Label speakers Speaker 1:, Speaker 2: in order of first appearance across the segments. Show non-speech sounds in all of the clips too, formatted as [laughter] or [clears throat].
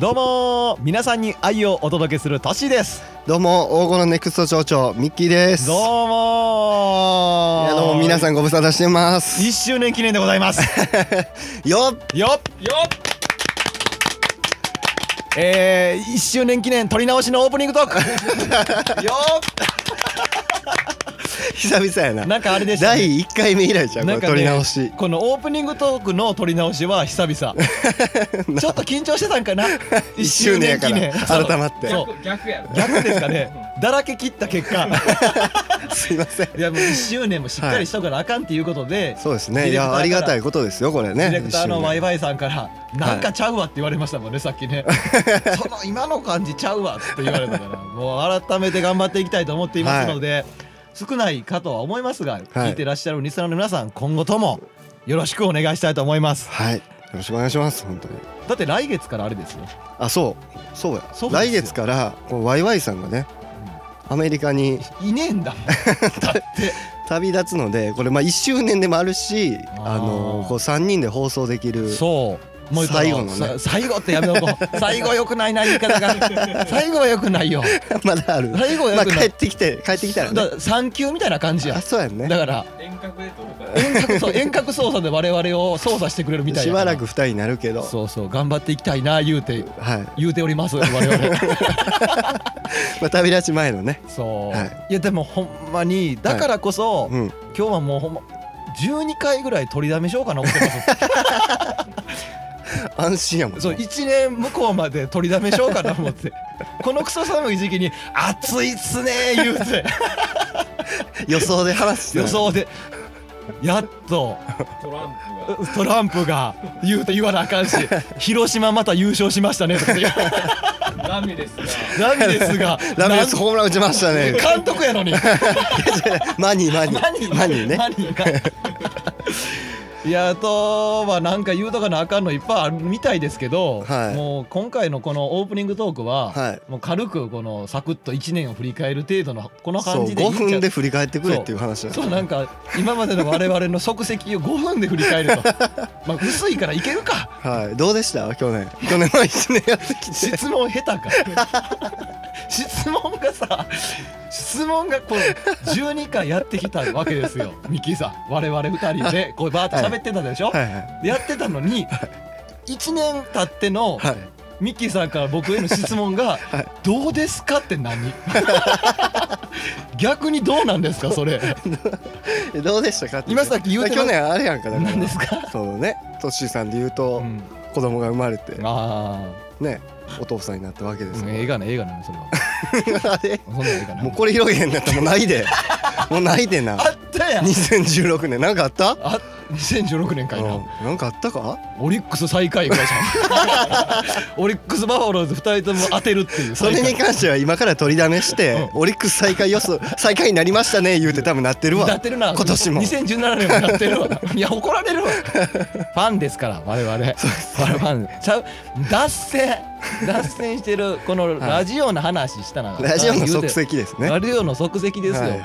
Speaker 1: どうもー皆さんに愛をお届けするトシです
Speaker 2: どうも黄金のネクスト町長ミッキーです
Speaker 1: どう
Speaker 2: い
Speaker 1: も
Speaker 2: や
Speaker 1: ー
Speaker 2: どうも皆さんご無沙汰してます
Speaker 1: 1周年記念でござ
Speaker 2: [laughs]
Speaker 1: います
Speaker 2: よっ
Speaker 1: よっよっえー、1周年記念撮り直しのオープニングトーク [laughs] よ
Speaker 2: 久々やな
Speaker 1: っなんかあれでした、ね、
Speaker 2: 第1回目以来じゃんこ
Speaker 1: な
Speaker 2: れ
Speaker 1: んかね
Speaker 2: 撮り直し
Speaker 1: このオープニングトークの撮り直しは久
Speaker 2: [laughs]
Speaker 1: 々ちょっと緊張してたんかな
Speaker 2: 1周年やから
Speaker 1: そう
Speaker 2: 改まって
Speaker 1: そう
Speaker 3: 逆逆やろ
Speaker 1: 逆ですかねだらけ切った結果
Speaker 2: すいません
Speaker 1: いやもう1周年もしっかりしとかなあかんっていうことで、
Speaker 2: そうです
Speaker 1: デ
Speaker 2: ね
Speaker 1: ィ
Speaker 2: い
Speaker 1: レクターか
Speaker 2: や
Speaker 1: ら
Speaker 2: ありがたいことですよこれね
Speaker 1: ディレクターのワイワイさんから「なんかちゃうわ」って言われましたもんね、さっ
Speaker 2: [laughs]
Speaker 1: きねその今の感じちゃうわって言われたからもう改めて頑張っていきたいと思っていますので、少ないかとは思いますが、聞いてらっしゃるリスナーの皆さん今後ともよろしくお願いしたいと思います
Speaker 2: はいよろしくお願いします本当に
Speaker 1: だって来月からあれですよ
Speaker 2: あそうそうや
Speaker 1: そうです
Speaker 2: 来
Speaker 1: よ
Speaker 2: 月からこうワイワイさんがねアメリカに
Speaker 1: いねえんだ
Speaker 2: [laughs]
Speaker 1: もんだって
Speaker 2: 旅立つのでこれまあ1周年でもあるし
Speaker 1: あー
Speaker 2: あのこう3人で放送できる
Speaker 1: そうもう言ったら
Speaker 2: 最後のね
Speaker 1: さ最後ってやめとこう最後よくないな言い方が最後はよくないよ
Speaker 2: [laughs] まだある
Speaker 1: 最後は
Speaker 2: ま
Speaker 1: よ
Speaker 2: あ
Speaker 1: くない、
Speaker 2: 帰ってきて帰ってきたらね
Speaker 1: だ3級みたいな感じや
Speaker 2: あそうやんね
Speaker 1: だから
Speaker 3: 遠隔で撮るから
Speaker 1: 遠隔
Speaker 2: [laughs]
Speaker 1: 操遠隔操作で我々を操作してくれるみたい
Speaker 2: し
Speaker 1: な
Speaker 2: ばらく2人になるけどは
Speaker 1: そうそう頑張っていきたいな言うて
Speaker 2: い
Speaker 1: 言うており
Speaker 2: [laughs]
Speaker 1: ます我々
Speaker 2: まあ旅立ち前のね
Speaker 1: そう、、
Speaker 2: はい
Speaker 1: やでもほんまにだからこそ、
Speaker 2: うん
Speaker 1: 今日はもうほんま12回ぐらい取りだめしようかな思ってま
Speaker 2: [laughs] 安心やもん
Speaker 1: すそう1年向こうまで取りだめしようかな思
Speaker 2: [laughs]
Speaker 1: ってこのクソ寒い時期に「暑いっすね」言う
Speaker 2: [laughs]
Speaker 1: て
Speaker 2: 予想で話して
Speaker 1: 予想でやっと
Speaker 3: トランプが
Speaker 1: トランプが言うて言わなあかんし「広島また優勝しましたね」とか言う
Speaker 3: ラミレスが
Speaker 1: ラミレスが
Speaker 2: [laughs] ラミレスホームラン打ちましたね
Speaker 1: 監督や
Speaker 2: [laughs]
Speaker 1: のに
Speaker 2: マニーマニー
Speaker 1: [laughs] マニー
Speaker 2: マニーね
Speaker 1: マニ
Speaker 2: [laughs]
Speaker 1: ーかいやあとはなんか言うとかなあかんのいっぱいあるみたいですけど、
Speaker 2: はい
Speaker 1: もう今回のこのオープニングトークは、
Speaker 2: はい
Speaker 1: もう軽くこのサクッと1年を振り返る程度のこの
Speaker 2: そ
Speaker 1: 感
Speaker 2: う
Speaker 1: じでいい
Speaker 2: 5
Speaker 1: んちゃう
Speaker 2: 分で振り返ってくれっていう話なん
Speaker 1: そうなんか今までの我々の足跡を5分で振り返
Speaker 2: [laughs]
Speaker 1: るとまあ薄いからいけるか
Speaker 2: はいどうでした去
Speaker 1: [laughs]
Speaker 2: 年去年は一年やってきて
Speaker 1: 質問下手か質問がさ質問がこう12回やってきたわけですよミッキーさん我々2人でこうバーッと喋ってたでしょ、
Speaker 2: はいはい
Speaker 1: やってたのに1年経っての
Speaker 2: はい
Speaker 1: ミッキーさんから僕への質問が
Speaker 2: い
Speaker 1: 「どうですか?」って
Speaker 2: [laughs]
Speaker 1: 何逆にどうなんですかそれ
Speaker 2: えどうでしたかって
Speaker 1: 今さっき言うてま
Speaker 2: 去年あれやんかだから
Speaker 1: 何ですか、
Speaker 2: そのねトッシーさんで言う
Speaker 1: う
Speaker 2: と
Speaker 1: ん、
Speaker 2: 子供が生まれて
Speaker 1: あ
Speaker 2: ねお父さんになったわけです
Speaker 1: あ
Speaker 2: よ
Speaker 1: 映画ね映画なのそれは
Speaker 2: [laughs] あれ
Speaker 1: そんな映画な
Speaker 2: もうこれ広げへんのやったらもうないでもうないでな
Speaker 1: あったやん
Speaker 2: 2016年なんかあった
Speaker 1: あ2016年かいな、
Speaker 2: うんなんかあったか
Speaker 1: オリックス最下位ぐらいじ
Speaker 2: [laughs]
Speaker 1: ゃんオリックスバファローズ2人とも当てるっていう
Speaker 2: それに
Speaker 1: 最
Speaker 2: 関しては今から取りだめして、オリックス最下位予想最下位になりましたね言うて多分なってる
Speaker 1: 下位当
Speaker 2: わ
Speaker 1: てるな
Speaker 2: 今年も
Speaker 1: 2017年もやって
Speaker 2: [laughs]
Speaker 1: るわいや怒られるわファンですから我々我々ファンちゃう脱線脱線してるこのラジオの話したな、
Speaker 2: ラジオの
Speaker 1: 言う
Speaker 2: 足
Speaker 1: て
Speaker 2: 跡ですね
Speaker 1: ラジオの足跡ですよ、
Speaker 2: はいはいは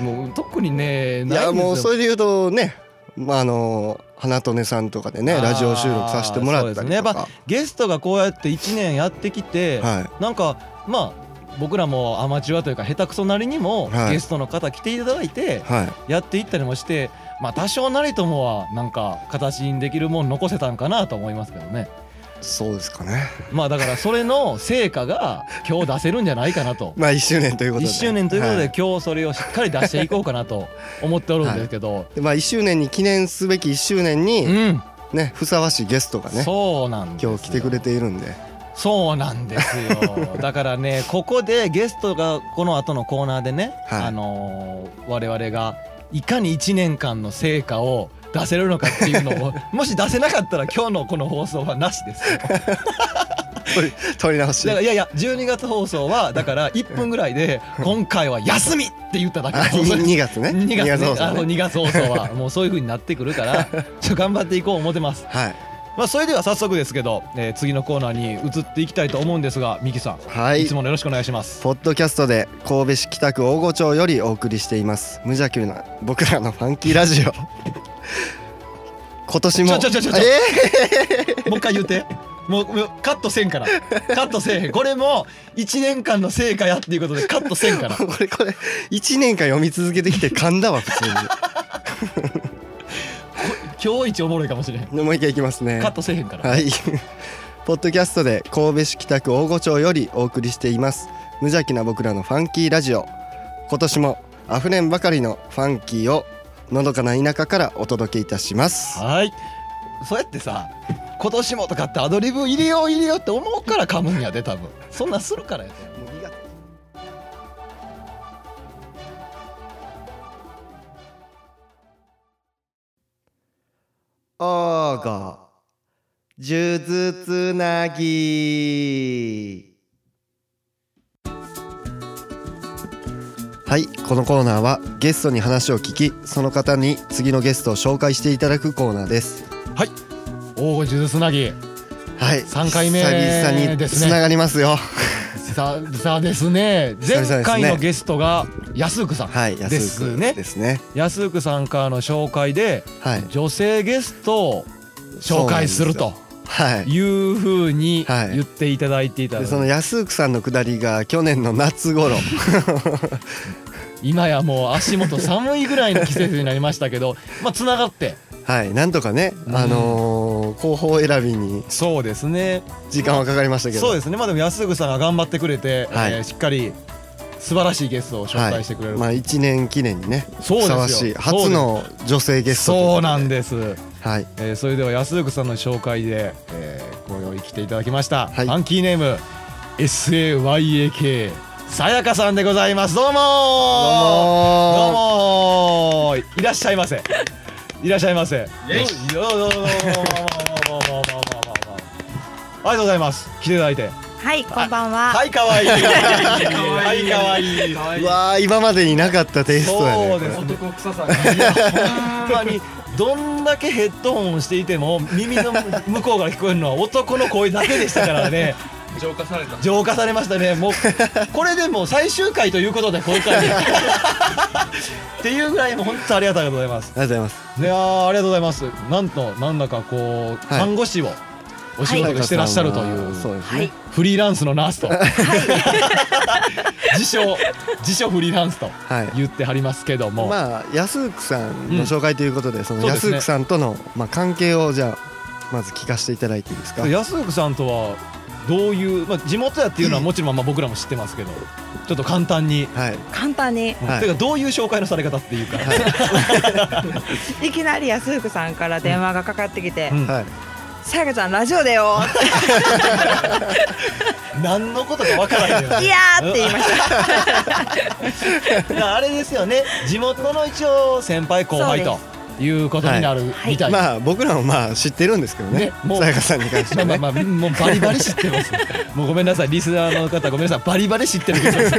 Speaker 1: もう特にね
Speaker 2: い、い
Speaker 1: な
Speaker 2: や
Speaker 1: いんですよ
Speaker 2: もうそれで言うとね、まあ、あの花とねさんとかでね
Speaker 1: あー
Speaker 2: ラジオ収録させてもらった
Speaker 1: そう
Speaker 2: り
Speaker 1: ですねや
Speaker 2: と
Speaker 1: っ
Speaker 2: か、
Speaker 1: ぱゲストがこうやって1年やってきて、
Speaker 2: は
Speaker 1: なんかまあ僕らもアマチュアというか下手くそなりにも、
Speaker 2: はい
Speaker 1: ゲストの方来ていただいて
Speaker 2: い、はい、
Speaker 1: やっていったりもしてまあ多少なりともはなんか形にできるもん残せたんかなと思いますけどね
Speaker 2: そうですかね
Speaker 1: まあだからそれの成果が今日出せるんじゃないかなと
Speaker 2: まあ1周年 [laughs] ということ
Speaker 1: 1
Speaker 2: で
Speaker 1: 周年ということで、
Speaker 2: は
Speaker 1: 今日それをしっかり出していこうかなと思っておるんですけど、
Speaker 2: でまあ、1周年に記念すべき1周年
Speaker 1: う
Speaker 2: に
Speaker 1: ん、
Speaker 2: ねふさわしいゲストがね
Speaker 1: そうなんですよ
Speaker 2: 今日来てくれているん
Speaker 1: [laughs]
Speaker 2: で
Speaker 1: そうなんです
Speaker 2: [laughs]
Speaker 1: よだからねここでゲストがこの後のコーナーでね、
Speaker 2: はい
Speaker 1: あのー我々がいかに1年間の成果を出せるのかってい
Speaker 2: [laughs]
Speaker 1: うのをもし出せなかったら今日のこの放送はなしですよだか
Speaker 2: 取り直し
Speaker 1: らいやいや12月放送はだから1分ぐらいで今回は休みって言っただけ
Speaker 2: あに2月ね
Speaker 1: 2月
Speaker 2: 放
Speaker 1: ねあ
Speaker 2: 送
Speaker 1: の
Speaker 2: ね
Speaker 1: 2月放送は
Speaker 2: [laughs]
Speaker 1: もうそういう風になってくるからちょ頑張っていこう思ってます
Speaker 2: はい
Speaker 1: まあそれでは早速ですけど、えー次のコーナーに移っていきたいと思うんですがミキさん、、
Speaker 2: はいい
Speaker 1: つものよろしくお願いします
Speaker 2: ポッドキャストで神戸市北区大御町よりお送りしています無邪気な僕らのファンキーラジオ今年も
Speaker 1: ちょちょちょちょちょ
Speaker 2: え
Speaker 1: もう一回言うてもうもうカットせんからカットせえへんこれも1年間の成果やっていうことでカットせんから
Speaker 2: ーこれこれ1年間読み続けてきて噛んだわ普通
Speaker 1: 今日一おもろいかもしれへん
Speaker 2: にもう一回いきますね
Speaker 1: カットせえへんから、
Speaker 2: はい。ポッドキャストで神戸市北区大御町よりお送りしています。無邪気な僕らのファンキーラジオ。今年も溢れんばかりのファンキーをのどかな田舎からお届けいたします。
Speaker 1: はいそうやってさ今年もとかってアドリブ入れよう入れようって思うから噛むんやで多分そんなんするからやで
Speaker 2: おーご数珠つなぎはいこのコーナーはゲストに話を聞きその方に次のゲストを紹介していただくコーナーです
Speaker 1: 大御数珠つなぎ
Speaker 2: はい
Speaker 1: 三回目
Speaker 2: 久々に
Speaker 1: です
Speaker 2: つ
Speaker 1: ね
Speaker 2: ながりますよ
Speaker 1: ささですね
Speaker 2: 久々ですね
Speaker 1: 前回のゲストが安久さん
Speaker 2: はい安
Speaker 1: ですね
Speaker 2: くですね
Speaker 1: 安久さんからの紹介で
Speaker 2: はい
Speaker 1: 女性ゲストを紹介すると
Speaker 2: はい
Speaker 1: いうふうに
Speaker 2: はい
Speaker 1: 言っていただいていたの
Speaker 2: で
Speaker 1: で
Speaker 2: その安くさんのくだりが去年の夏
Speaker 1: [laughs]
Speaker 2: 頃
Speaker 1: 今やもう足元寒いぐらいの季節になりましたけ
Speaker 2: [laughs]
Speaker 1: どまあつながって
Speaker 2: はいなんとかね、
Speaker 1: うん
Speaker 2: あのー、広報選びに
Speaker 1: そうですね
Speaker 2: 時間はかかりましたけど
Speaker 1: そうですねまあでも安久さんが頑張ってくれて、
Speaker 2: はい
Speaker 1: えーしっかり素晴らしいゲストを紹
Speaker 2: はい
Speaker 1: 介してくれる、
Speaker 2: まあ一年記念にね
Speaker 1: そ
Speaker 2: ふ
Speaker 1: うです
Speaker 2: さ
Speaker 1: よ
Speaker 2: わしい初の女性ゲスト
Speaker 1: そう
Speaker 2: とい
Speaker 1: なんです
Speaker 2: ことではい
Speaker 1: えーそれでは安福さんの紹介で、えーご用意来ていただきました、
Speaker 2: はい
Speaker 1: ファンキーネーム SAYAK さやかさんでございますどうもーどう
Speaker 2: どうも
Speaker 1: もーいらっしゃいませいらっしゃいませよ
Speaker 3: イェイ
Speaker 1: よよよよよよよよよよよよよよよよよありがとうございます来ていただいて
Speaker 4: はい、こんばんは。
Speaker 1: はいかわいいはいかわいい
Speaker 3: 可
Speaker 2: ど
Speaker 3: 愛
Speaker 2: うもわあ今までになかったテイストやね
Speaker 1: そうです
Speaker 3: 男臭さ
Speaker 1: ほんまにどんだけヘッドホンをしていても耳の向こうから聞こえるのは男の声だけでしたからね
Speaker 3: が浄化された。
Speaker 1: 浄化されましたねもうこれでもう最終回ということで今回っていうぐらいもう本当ありがとうございます
Speaker 2: ありがとうございます
Speaker 1: いやーありがとうございますなんとなんだかこう、看護師をお仕事でしてらっしゃるという,、
Speaker 2: そうです
Speaker 4: は
Speaker 2: ね
Speaker 4: い、
Speaker 1: フリーランスのナースと [laughs] 自称自称フリーランスと
Speaker 2: はい
Speaker 1: 言ってはりますけども、
Speaker 2: まあ安くさんの紹介ということで、その
Speaker 1: そうです
Speaker 2: 安
Speaker 1: ね
Speaker 2: くさんとのまあ関係をじゃあまず聞かせていただいていいですか。
Speaker 1: 安福さんとはどういう、まあ、地元やっていうのはもちろんまあ僕らも知ってますけどちょっと簡単に、
Speaker 2: はい。
Speaker 4: 簡単に
Speaker 2: はい
Speaker 1: ていうかどういう紹介のされ方っていうか、
Speaker 4: いきなり安福さんから電話がかかってきて
Speaker 1: うん
Speaker 2: はい。
Speaker 4: 「さやかちゃんラジオ
Speaker 1: [laughs]
Speaker 4: だよ」
Speaker 1: 何のことかわからないよ、
Speaker 4: [laughs] いやー」って言いまし
Speaker 1: う
Speaker 4: た
Speaker 1: んあれですよね地元の一応先輩後輩と
Speaker 4: そ
Speaker 1: いうことになる
Speaker 4: はい
Speaker 1: みたいな、
Speaker 2: まあ僕らもまあ知ってるんですけどね
Speaker 1: ね。もう
Speaker 2: さやかさんに関してはね。
Speaker 1: まあまあまあもうバリバリ知っ
Speaker 2: [laughs]
Speaker 1: てますもうごめんなさいリスナーの方ごめんなさいバリバリ知ってる
Speaker 2: [laughs]
Speaker 1: けどす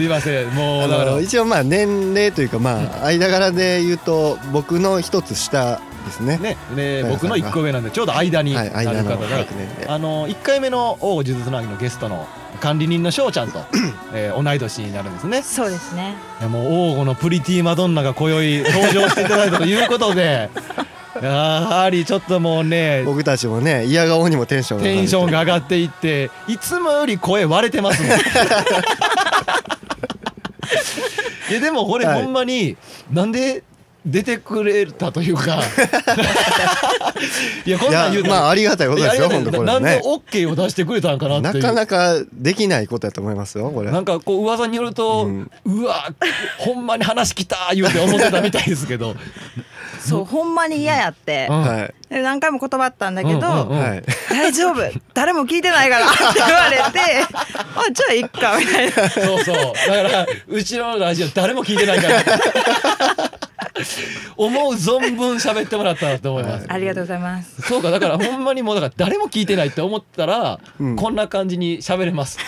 Speaker 1: いませんもうだか
Speaker 2: あ
Speaker 1: ら
Speaker 2: の一応まあ年齢というかまあ間柄で言うと僕の一つ下ですね。
Speaker 1: ねね
Speaker 2: はい
Speaker 1: 僕の1個上なんでちょうど間に
Speaker 2: は
Speaker 1: ないる
Speaker 2: 間の
Speaker 1: 方が、
Speaker 2: 学年で。
Speaker 1: あの1回目の大数珠つなぎのゲストの管理人の翔ちゃ
Speaker 2: [laughs]
Speaker 1: んと、えー同い年になるんですね
Speaker 4: そうですね
Speaker 1: いやもう王吾のプリティマドンナが今宵登場していただいたというこ
Speaker 2: [laughs]
Speaker 1: とでやはりちょっともうね
Speaker 2: 僕たちもね嫌顔にもテンションが上が
Speaker 1: テ
Speaker 2: る
Speaker 1: ンションが上がっていっていつもより声割れてま
Speaker 2: [laughs]
Speaker 1: すねいやでもこれ
Speaker 2: はい
Speaker 1: ほんまになんで出てくれたという
Speaker 2: [laughs]
Speaker 1: かいやこんなん
Speaker 2: いや
Speaker 1: 言うた
Speaker 2: まあ
Speaker 1: あ
Speaker 2: ありがたいことですよ本当これ
Speaker 1: な
Speaker 2: は
Speaker 1: んで
Speaker 2: ね。
Speaker 1: OK を出してくれたんかなっ
Speaker 2: な
Speaker 1: ていう
Speaker 2: かなかできないことだと思いますよこれ。
Speaker 1: なんかこう噂によると、
Speaker 2: う
Speaker 1: うんわほんまに話きたー言うて思ってたみたいですけど
Speaker 4: そうほんまに嫌やって
Speaker 1: うん
Speaker 2: はい
Speaker 4: で何回も断ったんだけ
Speaker 1: うんうん
Speaker 4: ど
Speaker 1: うん
Speaker 2: はい。
Speaker 4: 「大丈夫誰も聞いてな
Speaker 1: [laughs]
Speaker 4: いから」って言われて「あじゃあいっか」みたいな
Speaker 2: [laughs]
Speaker 1: そうそうだからうちのラジオ誰も聞いてないから思う存分喋ってもらったなと思います、
Speaker 2: はい
Speaker 4: ありがとうございます。
Speaker 1: そうかだからほんまにもうだから誰も聞いてないって思ったら、
Speaker 2: うん
Speaker 1: こんな感じに喋れます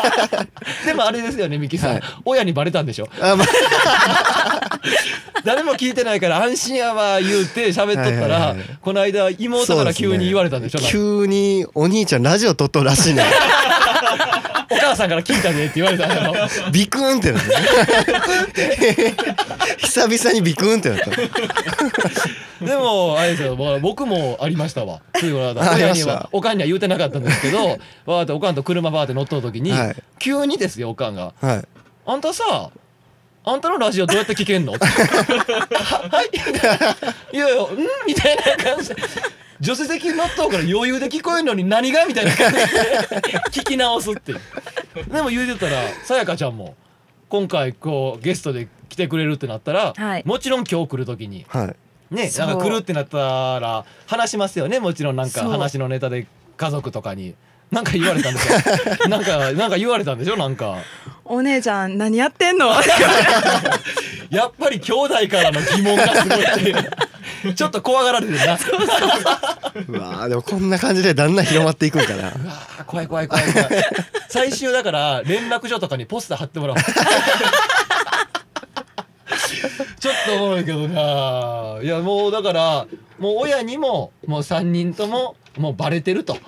Speaker 2: [laughs]
Speaker 1: でもあれですよねミキさん、
Speaker 2: はい
Speaker 1: 親にバレたんでしょ
Speaker 2: あ、
Speaker 1: [laughs]
Speaker 2: まあ、
Speaker 1: 誰も聞いてないから安心やわ言うて喋っとったら、
Speaker 2: はいはいはい
Speaker 1: この間妹から急に言われたんでしょ
Speaker 2: そうすね急にお兄ちゃんラジオ撮っとるら
Speaker 1: [laughs]
Speaker 2: しいね
Speaker 1: なんかお母さんから聞いたねって言われたんだよ
Speaker 2: ビクーン
Speaker 1: [laughs]
Speaker 2: ってなった [laughs] 久々にビクーンってなった
Speaker 1: でもあれですよまあ僕もありましたわそういうことだ
Speaker 2: あり
Speaker 1: 親
Speaker 2: ま
Speaker 1: に
Speaker 2: した
Speaker 1: はおかんには言うてなかったんですけどわーっておかんと車バーって乗っとる時に、
Speaker 2: はい
Speaker 1: 急にですよおかんが
Speaker 2: はい
Speaker 1: 「あんたさあんたのラジオどうやって聞けんの?は」はい」いやいや「うん?」みたいな感じで助手席に乗った方から余裕で聞こえるのに何がみたいな感じで聞き直すっていうでも言うてたらさやかちゃんも今回こうゲストで来てくれるってなったら、
Speaker 4: はい
Speaker 1: もちろん今日来る時に
Speaker 2: はい
Speaker 1: ね
Speaker 4: そ
Speaker 1: な
Speaker 4: うん
Speaker 1: か来るってなったら話しますよねもちろんなんか
Speaker 4: そう
Speaker 1: 話のネタで家族とかに。なんか言われたんでしょ
Speaker 4: [laughs]
Speaker 1: なんかなんか言われたんでしょなんか
Speaker 4: お姉ちゃん何やって
Speaker 1: [laughs]
Speaker 4: んの？
Speaker 1: やっぱり兄弟からの疑問がすごいって
Speaker 4: [laughs]
Speaker 1: いうちょっと怖がられてるな
Speaker 2: [laughs] うわーでもこんな感じでだんだん広まっていくんかな
Speaker 1: う [laughs] わー怖い怖い怖
Speaker 3: [laughs]
Speaker 1: い怖い最終だから連絡所とかにポスター貼っても
Speaker 3: [laughs]
Speaker 1: らおうちょっとおもろいけどないやもうだからもう親にももう3人とももうバレて
Speaker 3: [laughs]
Speaker 1: ると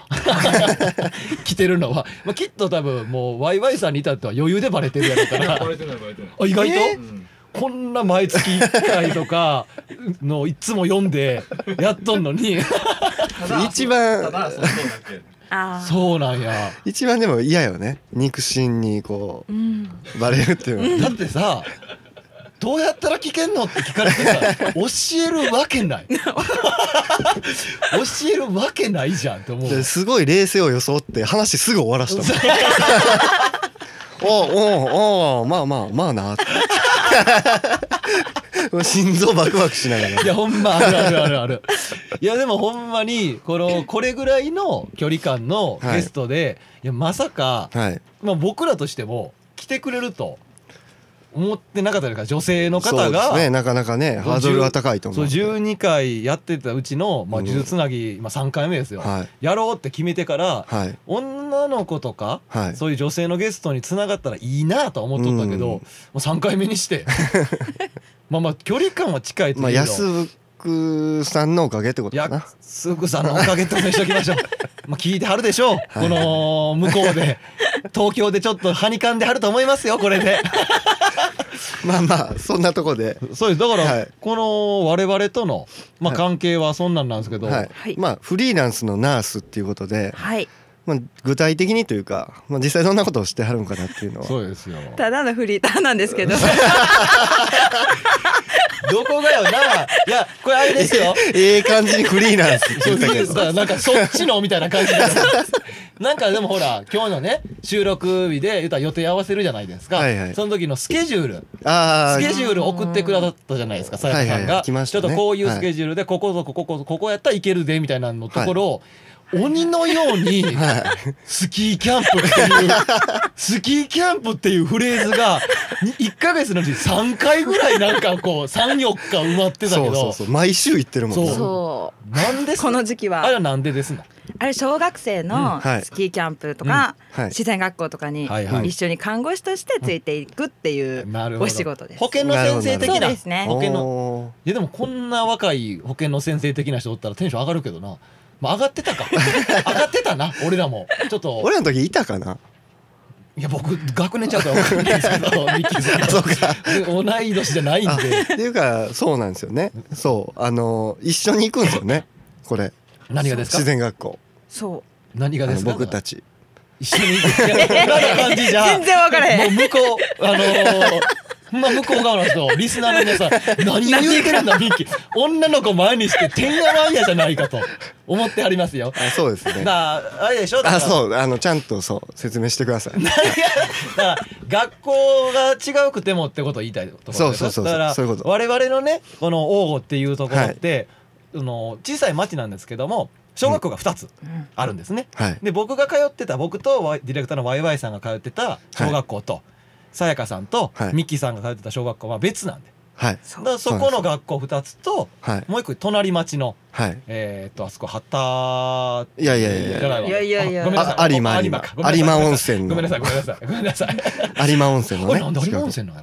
Speaker 1: 来てるのは、まあ、きっと多分もうワイワイさんに至っては余裕でバレてるやろうか
Speaker 3: いや
Speaker 1: ら
Speaker 3: [laughs] バレてないバレてない。
Speaker 1: あ意外と、
Speaker 3: うん
Speaker 1: こんな毎月1回とかのいつも読んでやっとんの
Speaker 3: [laughs]
Speaker 1: に
Speaker 3: ただ
Speaker 2: 一番
Speaker 3: ただそうそうだけ。
Speaker 4: ああ。
Speaker 1: そうなんや。
Speaker 2: 一番でも嫌よね肉親にこ
Speaker 4: うん。
Speaker 2: うバレるっていうの
Speaker 1: だってさどうやったら聞けんのって聞かれてさ教えるわけない教えるわけないじゃんって思う
Speaker 2: はすごい冷静を装って話すぐ終わらしたもん [laughs] おうおうおうまあまあまあなって [laughs] もう心臓バクバクしながら
Speaker 1: いやほんまあるあるあるあるいやでもほんまにこのこれぐらいの距離感のゲストで、い、やまさか、
Speaker 2: はい
Speaker 1: まあ、僕らとしても来てくれると思ってなかったですから女性の方が
Speaker 2: そうですねなかなかねハードルは高いと思
Speaker 1: そうう12回やってたうちの、まあ、
Speaker 2: うん
Speaker 1: 呪術つなぎ、今3回目ですよ、
Speaker 2: はい
Speaker 1: やろうって決めてから
Speaker 2: はい
Speaker 1: 女の子とか
Speaker 2: はい
Speaker 1: そういう女性のゲストにつながったらいいなと思っとったけど、
Speaker 2: うん
Speaker 1: もう3回目にして
Speaker 2: [laughs]
Speaker 1: まあまあ距離感は近いという
Speaker 2: まあ
Speaker 1: よ
Speaker 2: 安福さんのおかげってことかな
Speaker 1: 安福さんのおかげとしと
Speaker 2: [laughs]
Speaker 1: きましょうまあ聞いてはるでしょう、
Speaker 2: い
Speaker 1: この向こうで東京でちょっとはにかんではると思いますよこれ
Speaker 2: [laughs]
Speaker 1: で
Speaker 2: まあまあそんなとこで
Speaker 1: そうですだから、
Speaker 2: はい
Speaker 1: この我々との、ま
Speaker 2: は
Speaker 1: あ、
Speaker 2: い
Speaker 1: 関係はそんなんなんですけど、
Speaker 2: はい、
Speaker 4: はい
Speaker 2: まあフリーランスのナースっていうことで、
Speaker 4: はい。
Speaker 2: まあ、具体的にというか、まあ、実際どんなことをしてはるんかなっていうのは
Speaker 1: そうですよ
Speaker 4: ただのフリーターなんですけど。
Speaker 1: どこがよないやこれあれですよ
Speaker 2: ええ感じにフリーランスって
Speaker 1: そ
Speaker 2: 言
Speaker 1: う
Speaker 2: ったけ
Speaker 1: で
Speaker 2: ど
Speaker 1: すかなんかそっちのみたいな感じだからなんかでもほら今日のね収録日で言うたら予定合わせるじゃないですか、
Speaker 2: はいはい
Speaker 1: その時のスケジュール
Speaker 2: ああ
Speaker 1: スケジュール送ってくださったじゃないですかさやかさん
Speaker 2: はいは
Speaker 1: が
Speaker 2: い来まし
Speaker 1: ちょ
Speaker 2: た
Speaker 1: っ
Speaker 2: ね
Speaker 1: とこういうスケジュールでこことここここここやったらいけるでみたいなのところを、鬼のように
Speaker 2: はい
Speaker 1: スキーキャンプっていうスキーキャンプっていうフレーズが1ヶ月のうち3回ぐらいなんかこう34日埋まってたけ
Speaker 2: そうそ
Speaker 1: ど
Speaker 2: うそう毎週行ってるもんな
Speaker 1: そう
Speaker 4: そ
Speaker 1: なんで
Speaker 4: う。
Speaker 1: す
Speaker 4: この時期
Speaker 1: あれ
Speaker 4: は
Speaker 1: はなんでですの
Speaker 4: あれ小学生
Speaker 2: うん
Speaker 4: の
Speaker 2: はい
Speaker 4: スキーキャンプとか
Speaker 2: うんはい
Speaker 4: 自然学校とかに
Speaker 1: はいはい
Speaker 4: 一緒に看護師としてついていくっていう
Speaker 1: なるほど
Speaker 4: お仕事です
Speaker 1: 保。健の先生的な
Speaker 4: そうですね
Speaker 1: 保健の
Speaker 2: おー
Speaker 1: いやでもこんな若い保健の先生的な人おったらテンション上がるけどな、まあ、上がっ
Speaker 2: [laughs]
Speaker 1: てたか上がってたな俺らもちょっと
Speaker 2: 俺らの時いたかない
Speaker 1: や僕学年ちゃうから分かんないです
Speaker 2: [laughs]
Speaker 1: けどミッキーさん
Speaker 2: そうか
Speaker 1: 同い年じゃないん
Speaker 2: あっ
Speaker 1: で
Speaker 2: ていうかそうなんですよねそうあの一緒に行くんですよねこれ
Speaker 1: 何がです
Speaker 2: 自
Speaker 1: か
Speaker 2: 然学校
Speaker 4: そう。
Speaker 1: 何
Speaker 2: あ
Speaker 1: がで
Speaker 2: の
Speaker 1: すか
Speaker 2: 僕たち
Speaker 1: 一緒に行くいやこんな感じじゃ
Speaker 4: 全然分からへ
Speaker 1: も
Speaker 4: ん。
Speaker 1: う向こう、あのー、ほんま向こう側の人、リスナーの皆さん、何を言うてるんだ、ミッキー。女の子前にして、てんやわんやじゃないかと思ってありますよ。
Speaker 2: あそうですね
Speaker 1: だからあれでしょだから
Speaker 2: あそうあのちゃんとそう説明してくだ
Speaker 1: [laughs]
Speaker 2: さい
Speaker 1: だから学校が違うくてもってことを言いたいってこと
Speaker 2: そうそうそうそう
Speaker 1: だから
Speaker 2: そういうこと
Speaker 1: 我々のねこの王吾っていうところって、あの小さい町なんですけども小学校が2つ
Speaker 4: うん
Speaker 1: あるんですね、
Speaker 2: はい
Speaker 1: で僕が通ってた僕とワイディレクターのワイワイさんが通ってた小学校と、さやかさんと
Speaker 2: はい
Speaker 1: ミッキーさんが通ってた小学校は別なんで、
Speaker 2: はい
Speaker 4: そ
Speaker 1: だから
Speaker 4: う。
Speaker 1: そこの学校2つと
Speaker 2: はい
Speaker 1: もう一個隣町の
Speaker 2: はい
Speaker 1: えーっとあそこ畑
Speaker 2: いやいやいや
Speaker 1: じゃないわ
Speaker 4: いやいやいや
Speaker 1: あごめんなさ
Speaker 2: あ
Speaker 1: い
Speaker 2: 有馬
Speaker 1: あ
Speaker 2: 有
Speaker 1: 有
Speaker 2: 馬
Speaker 1: 馬かごめん
Speaker 2: 有
Speaker 1: なさ
Speaker 2: 馬
Speaker 1: い
Speaker 2: 温泉
Speaker 1: ご
Speaker 2: の
Speaker 1: めんなさいごめんなさいごめんなさい
Speaker 2: 有馬温泉の
Speaker 1: [laughs] こ
Speaker 2: ね
Speaker 1: れなんで有馬
Speaker 2: 近
Speaker 1: 温泉なんや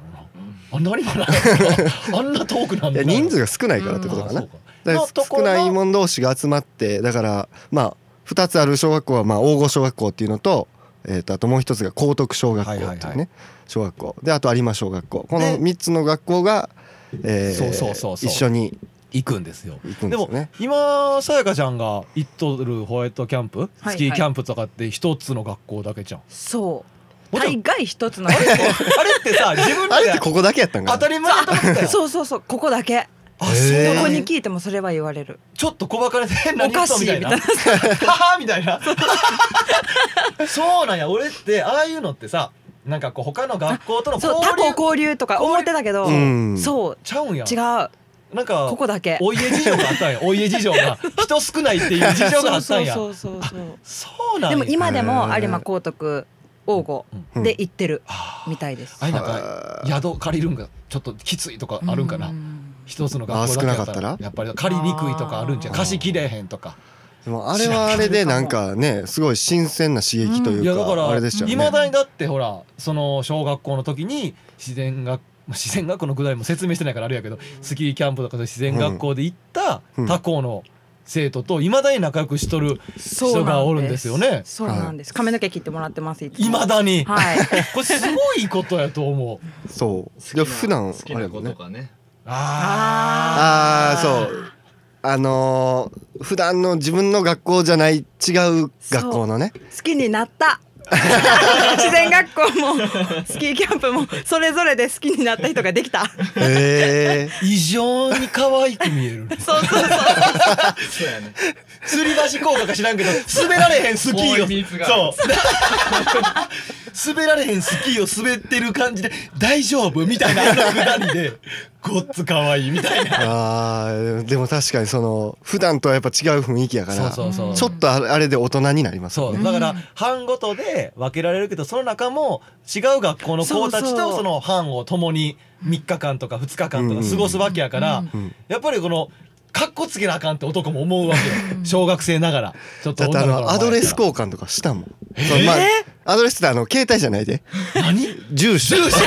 Speaker 2: [laughs]
Speaker 1: ろなあれ何もないあんな遠くなん
Speaker 2: くい
Speaker 1: だ
Speaker 2: や人数が少ないからってことかな、
Speaker 1: あ
Speaker 2: だ
Speaker 1: そう
Speaker 2: から
Speaker 1: のとこ
Speaker 2: 少
Speaker 1: ろの
Speaker 2: ないもん同士が集まってだからまあ2つある小学校はまあ大御小学校っていうのと,、えー、とあともう一つが高徳小学校っていうね、
Speaker 1: はいはいは
Speaker 2: 小学校であと有馬小学校この
Speaker 1: で
Speaker 2: 3つの学校が、えー
Speaker 1: そうそうそうそう
Speaker 2: 一緒に
Speaker 1: 行くんですよ
Speaker 2: 行くんで
Speaker 1: です
Speaker 2: よ
Speaker 1: も
Speaker 2: ね。
Speaker 1: 今さやかちゃんが行っとるホワイトキャンプ
Speaker 4: はい
Speaker 1: スキーキャンプとかって一つの学校だけじゃん
Speaker 4: そう。
Speaker 1: もちろん
Speaker 4: 大概一つの。
Speaker 1: あれってさ自分
Speaker 2: [laughs] あ
Speaker 1: ら
Speaker 2: れって
Speaker 1: で
Speaker 2: ここだけやったんかな
Speaker 1: 当たり前だと思ってたよ
Speaker 4: そうそうそう、ここだけ。
Speaker 1: あ
Speaker 2: へ
Speaker 1: そう
Speaker 2: え
Speaker 4: ど
Speaker 2: ー
Speaker 4: こ
Speaker 1: な
Speaker 4: に
Speaker 1: ん
Speaker 4: 聞いてもそれは言われる。
Speaker 1: ちょっと小ばかりで変な
Speaker 4: おかしい
Speaker 1: みたいなははみたいなそうなんや俺ってああいうのってさなんかこう他の学校との
Speaker 4: そう、
Speaker 1: 交
Speaker 4: 他校
Speaker 1: 流
Speaker 4: 交流とか思ってたけど
Speaker 2: う、ん
Speaker 4: そう、
Speaker 1: ちゃうんや
Speaker 4: 違う。
Speaker 1: なんか
Speaker 4: ここだけ。
Speaker 1: お家事情があった
Speaker 4: [laughs]
Speaker 1: んやお家事情が人少ないっていう事情があったんや
Speaker 4: そうそうそうそう
Speaker 1: そうなん
Speaker 4: で
Speaker 1: や
Speaker 4: も今でも
Speaker 2: へー
Speaker 4: 有馬高徳王吾
Speaker 2: うん
Speaker 4: で行ってる
Speaker 1: あー
Speaker 4: みたいです
Speaker 1: あれなんか
Speaker 2: あー
Speaker 1: 宿借りるんがちょっときついとかあるんかな
Speaker 4: うん
Speaker 1: 一つの学校だけやったら
Speaker 2: あー少なかったら
Speaker 1: やっぱり借りにくいとかあるんじゃ
Speaker 2: あ
Speaker 1: ん
Speaker 2: ー
Speaker 1: 貸し切れへんとか
Speaker 2: でもあれはあれでなんかねすごい新鮮な刺激という
Speaker 1: いやだ
Speaker 2: か,、
Speaker 1: から
Speaker 2: あれでしたよ
Speaker 1: い
Speaker 2: ね。
Speaker 1: まだにだってほらその小学校の時に自然学自然学校のぐらいも説明してないからあれやけどスキーキャンプとかそういう自然学校で行った
Speaker 2: うん
Speaker 1: 他校の生徒といまだに仲良くしとる
Speaker 4: そう
Speaker 1: 人がおるんですよね
Speaker 4: そうなんです髪の毛切ってもらってますいつ
Speaker 1: い
Speaker 4: も
Speaker 1: まだに
Speaker 4: はい
Speaker 1: [laughs] これすごいことやと思う
Speaker 2: そう。で普段
Speaker 3: 好き
Speaker 2: あれ
Speaker 3: な
Speaker 2: やも
Speaker 3: 子
Speaker 2: ん
Speaker 3: と
Speaker 2: ね。
Speaker 3: かね
Speaker 2: あ
Speaker 1: あ
Speaker 2: あーそう。あのー普段の自分の学校じゃない違う学校のね。
Speaker 4: 好きになった [laughs] 自然学校もスキーキャンプもそれぞれで好きになった人ができた
Speaker 2: へえ。
Speaker 1: ー異常に可愛く見える
Speaker 4: そうそうそう
Speaker 3: そうやね
Speaker 1: 吊り橋効果か知らんけど滑られへんスキ
Speaker 3: こういう
Speaker 1: ー
Speaker 3: 秘密
Speaker 1: を
Speaker 3: がある
Speaker 1: そう [laughs] 滑られへんスキーを滑ってる感じで大丈夫みたいなあのくだりでごっつ可愛いみたいな
Speaker 2: あーでも確かにその普段とはやっぱ違う雰囲気やから
Speaker 1: そうそうそう
Speaker 2: ちょっとあれあれで大人になります
Speaker 1: そ
Speaker 2: よ
Speaker 1: う
Speaker 2: ね
Speaker 1: だから
Speaker 4: うん
Speaker 1: 班ごとで分けられるけどその中も違う学校の
Speaker 4: そ
Speaker 1: 子
Speaker 4: うそ
Speaker 1: た
Speaker 4: う
Speaker 1: ちとその班を共に3日間とか2日間と
Speaker 2: うん
Speaker 1: か過ごすわけやから、
Speaker 4: うん
Speaker 2: うん
Speaker 1: やっぱりこのかっこつけなあかんって男も思うわけよ小学生ながらちょっと
Speaker 2: だってあ
Speaker 1: 女の子
Speaker 2: のアドレス
Speaker 1: 子
Speaker 2: 交換とかしたもん、そのまあ
Speaker 4: え
Speaker 2: アドレスってあの携帯じゃないで
Speaker 1: 何
Speaker 2: 住所 [laughs] 住所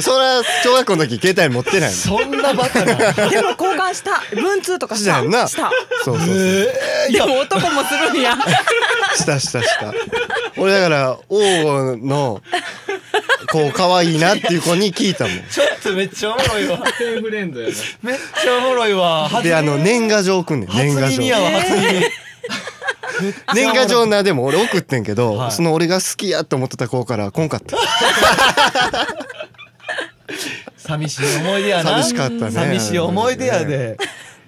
Speaker 2: それは小学校の時携帯持ってないもんそ
Speaker 1: そんなバカな
Speaker 2: [laughs]
Speaker 4: でも交換した文通とかし
Speaker 2: した
Speaker 4: た
Speaker 2: よな
Speaker 4: した
Speaker 2: うそうそう、
Speaker 1: えーい
Speaker 4: で
Speaker 1: や
Speaker 4: も男もするんや
Speaker 2: したしたした俺だから王のこう可愛いなっていう子に聞いたもん
Speaker 1: ちょっとめっちゃおもろいわ
Speaker 3: 家庭フレンドやね
Speaker 1: めっちゃおもろいわ初
Speaker 2: であの年賀状送んねん年賀
Speaker 1: 初
Speaker 2: 状
Speaker 1: 耳やわ初耳
Speaker 2: 年賀状なでも俺送ってんけど、
Speaker 1: はい
Speaker 2: その俺が好きやと思ってた子から来んかった
Speaker 1: 寂しい思い出やな
Speaker 2: 寂しかったね
Speaker 1: 寂しい思い出やで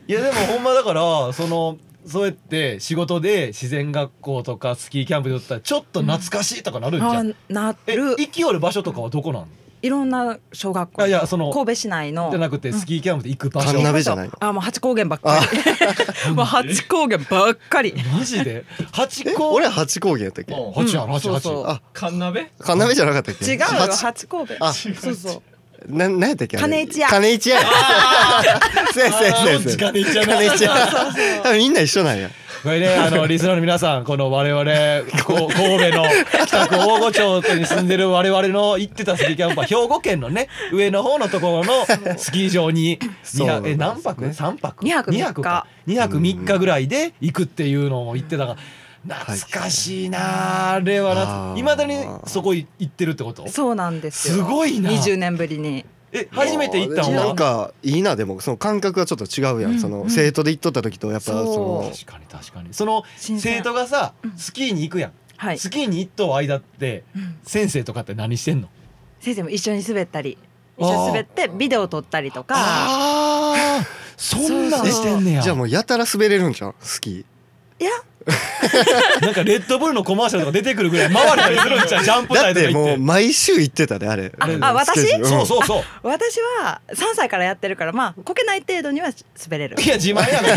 Speaker 1: いやでもほんまだからそのそうやって仕事で自然学校とかスキーキャンプでおったらちょっと懐かしいとかなるんじゃ
Speaker 4: あ
Speaker 1: ん、
Speaker 4: な
Speaker 1: え
Speaker 4: る
Speaker 1: 行きよる場所とかはどこなん
Speaker 4: いろんな小学
Speaker 1: いや
Speaker 4: 校
Speaker 1: いやその
Speaker 4: 神戸市内の
Speaker 1: じゃなくてスキーキャンプで行く場所
Speaker 2: 神鍋じゃないの
Speaker 4: あもう八高原ばっか
Speaker 1: [laughs]
Speaker 4: りもう八高原ばっかり
Speaker 1: マジで八
Speaker 2: え
Speaker 1: 個
Speaker 2: 俺八高原やったっけ
Speaker 3: も
Speaker 1: 八やろ
Speaker 4: うん
Speaker 1: 八
Speaker 4: そう
Speaker 1: 八
Speaker 4: そう
Speaker 2: あ
Speaker 3: 缶鍋
Speaker 2: 神鍋じゃなかったっけ
Speaker 4: 違うよ
Speaker 2: 八
Speaker 4: 八神戸
Speaker 2: あ
Speaker 4: そうそう
Speaker 2: ななんやったっけあれ
Speaker 4: 金一屋
Speaker 2: 金一屋せやせやせや
Speaker 1: [laughs] どっち
Speaker 2: せや
Speaker 1: かで行っちゃうな
Speaker 2: 金一屋多分みんな一緒なんや
Speaker 1: これね、あの、リスナーの皆さん、この我々、こう神戸の北区大御町に住んでる我々の行ってたスキーキャンプは、兵庫県のね、上の方のところのスキー場に、
Speaker 2: そう
Speaker 1: に
Speaker 2: なん
Speaker 1: ゃ
Speaker 2: です
Speaker 1: え、何泊三泊
Speaker 4: 二泊三日
Speaker 1: 二か二泊三日ぐらいで行くっていうのを言ってたが、懐かしいなああれ
Speaker 2: あ
Speaker 1: は
Speaker 2: ー
Speaker 1: な、いまだにそこ行ってるってこと
Speaker 4: そうなんですよ
Speaker 1: すごいな
Speaker 4: 20年ぶりに
Speaker 1: え、初めて行ったの
Speaker 2: な
Speaker 1: は
Speaker 2: んかいいなでもその感覚がちょっと違うやん、
Speaker 4: うん
Speaker 2: その
Speaker 4: うん
Speaker 2: 生徒で行っとった時とやっぱその
Speaker 4: そ
Speaker 1: 確かに確かに。その、
Speaker 4: 新鮮
Speaker 1: 生徒がさ、スキーに行くやん。
Speaker 4: はい
Speaker 1: スキーに行った間って、
Speaker 4: うん
Speaker 1: 先生とかって何してんの
Speaker 4: 先生も一緒に滑ったり
Speaker 1: あー
Speaker 4: 一緒に滑ってビデオ撮ったりとか
Speaker 1: ああそんなん
Speaker 4: そうそ
Speaker 1: し
Speaker 4: う
Speaker 1: てんねや
Speaker 2: じゃあもうやたら滑れるんじゃんスキ
Speaker 4: いや
Speaker 1: なんかレッドブルのコマーシャルとか出てくるぐらい回れたりするんちゃうジャン
Speaker 2: ー
Speaker 1: プ
Speaker 2: だ
Speaker 1: 台
Speaker 2: っ
Speaker 1: とか
Speaker 2: て
Speaker 1: 行っ
Speaker 2: も
Speaker 1: て
Speaker 2: う毎週行ってたであれ
Speaker 1: あ
Speaker 2: れ
Speaker 1: あ
Speaker 4: 私
Speaker 2: スケジュールん
Speaker 1: そうそうそう
Speaker 4: 私は3歳からやってるからまあこけない程度には滑れる
Speaker 1: いや自慢やな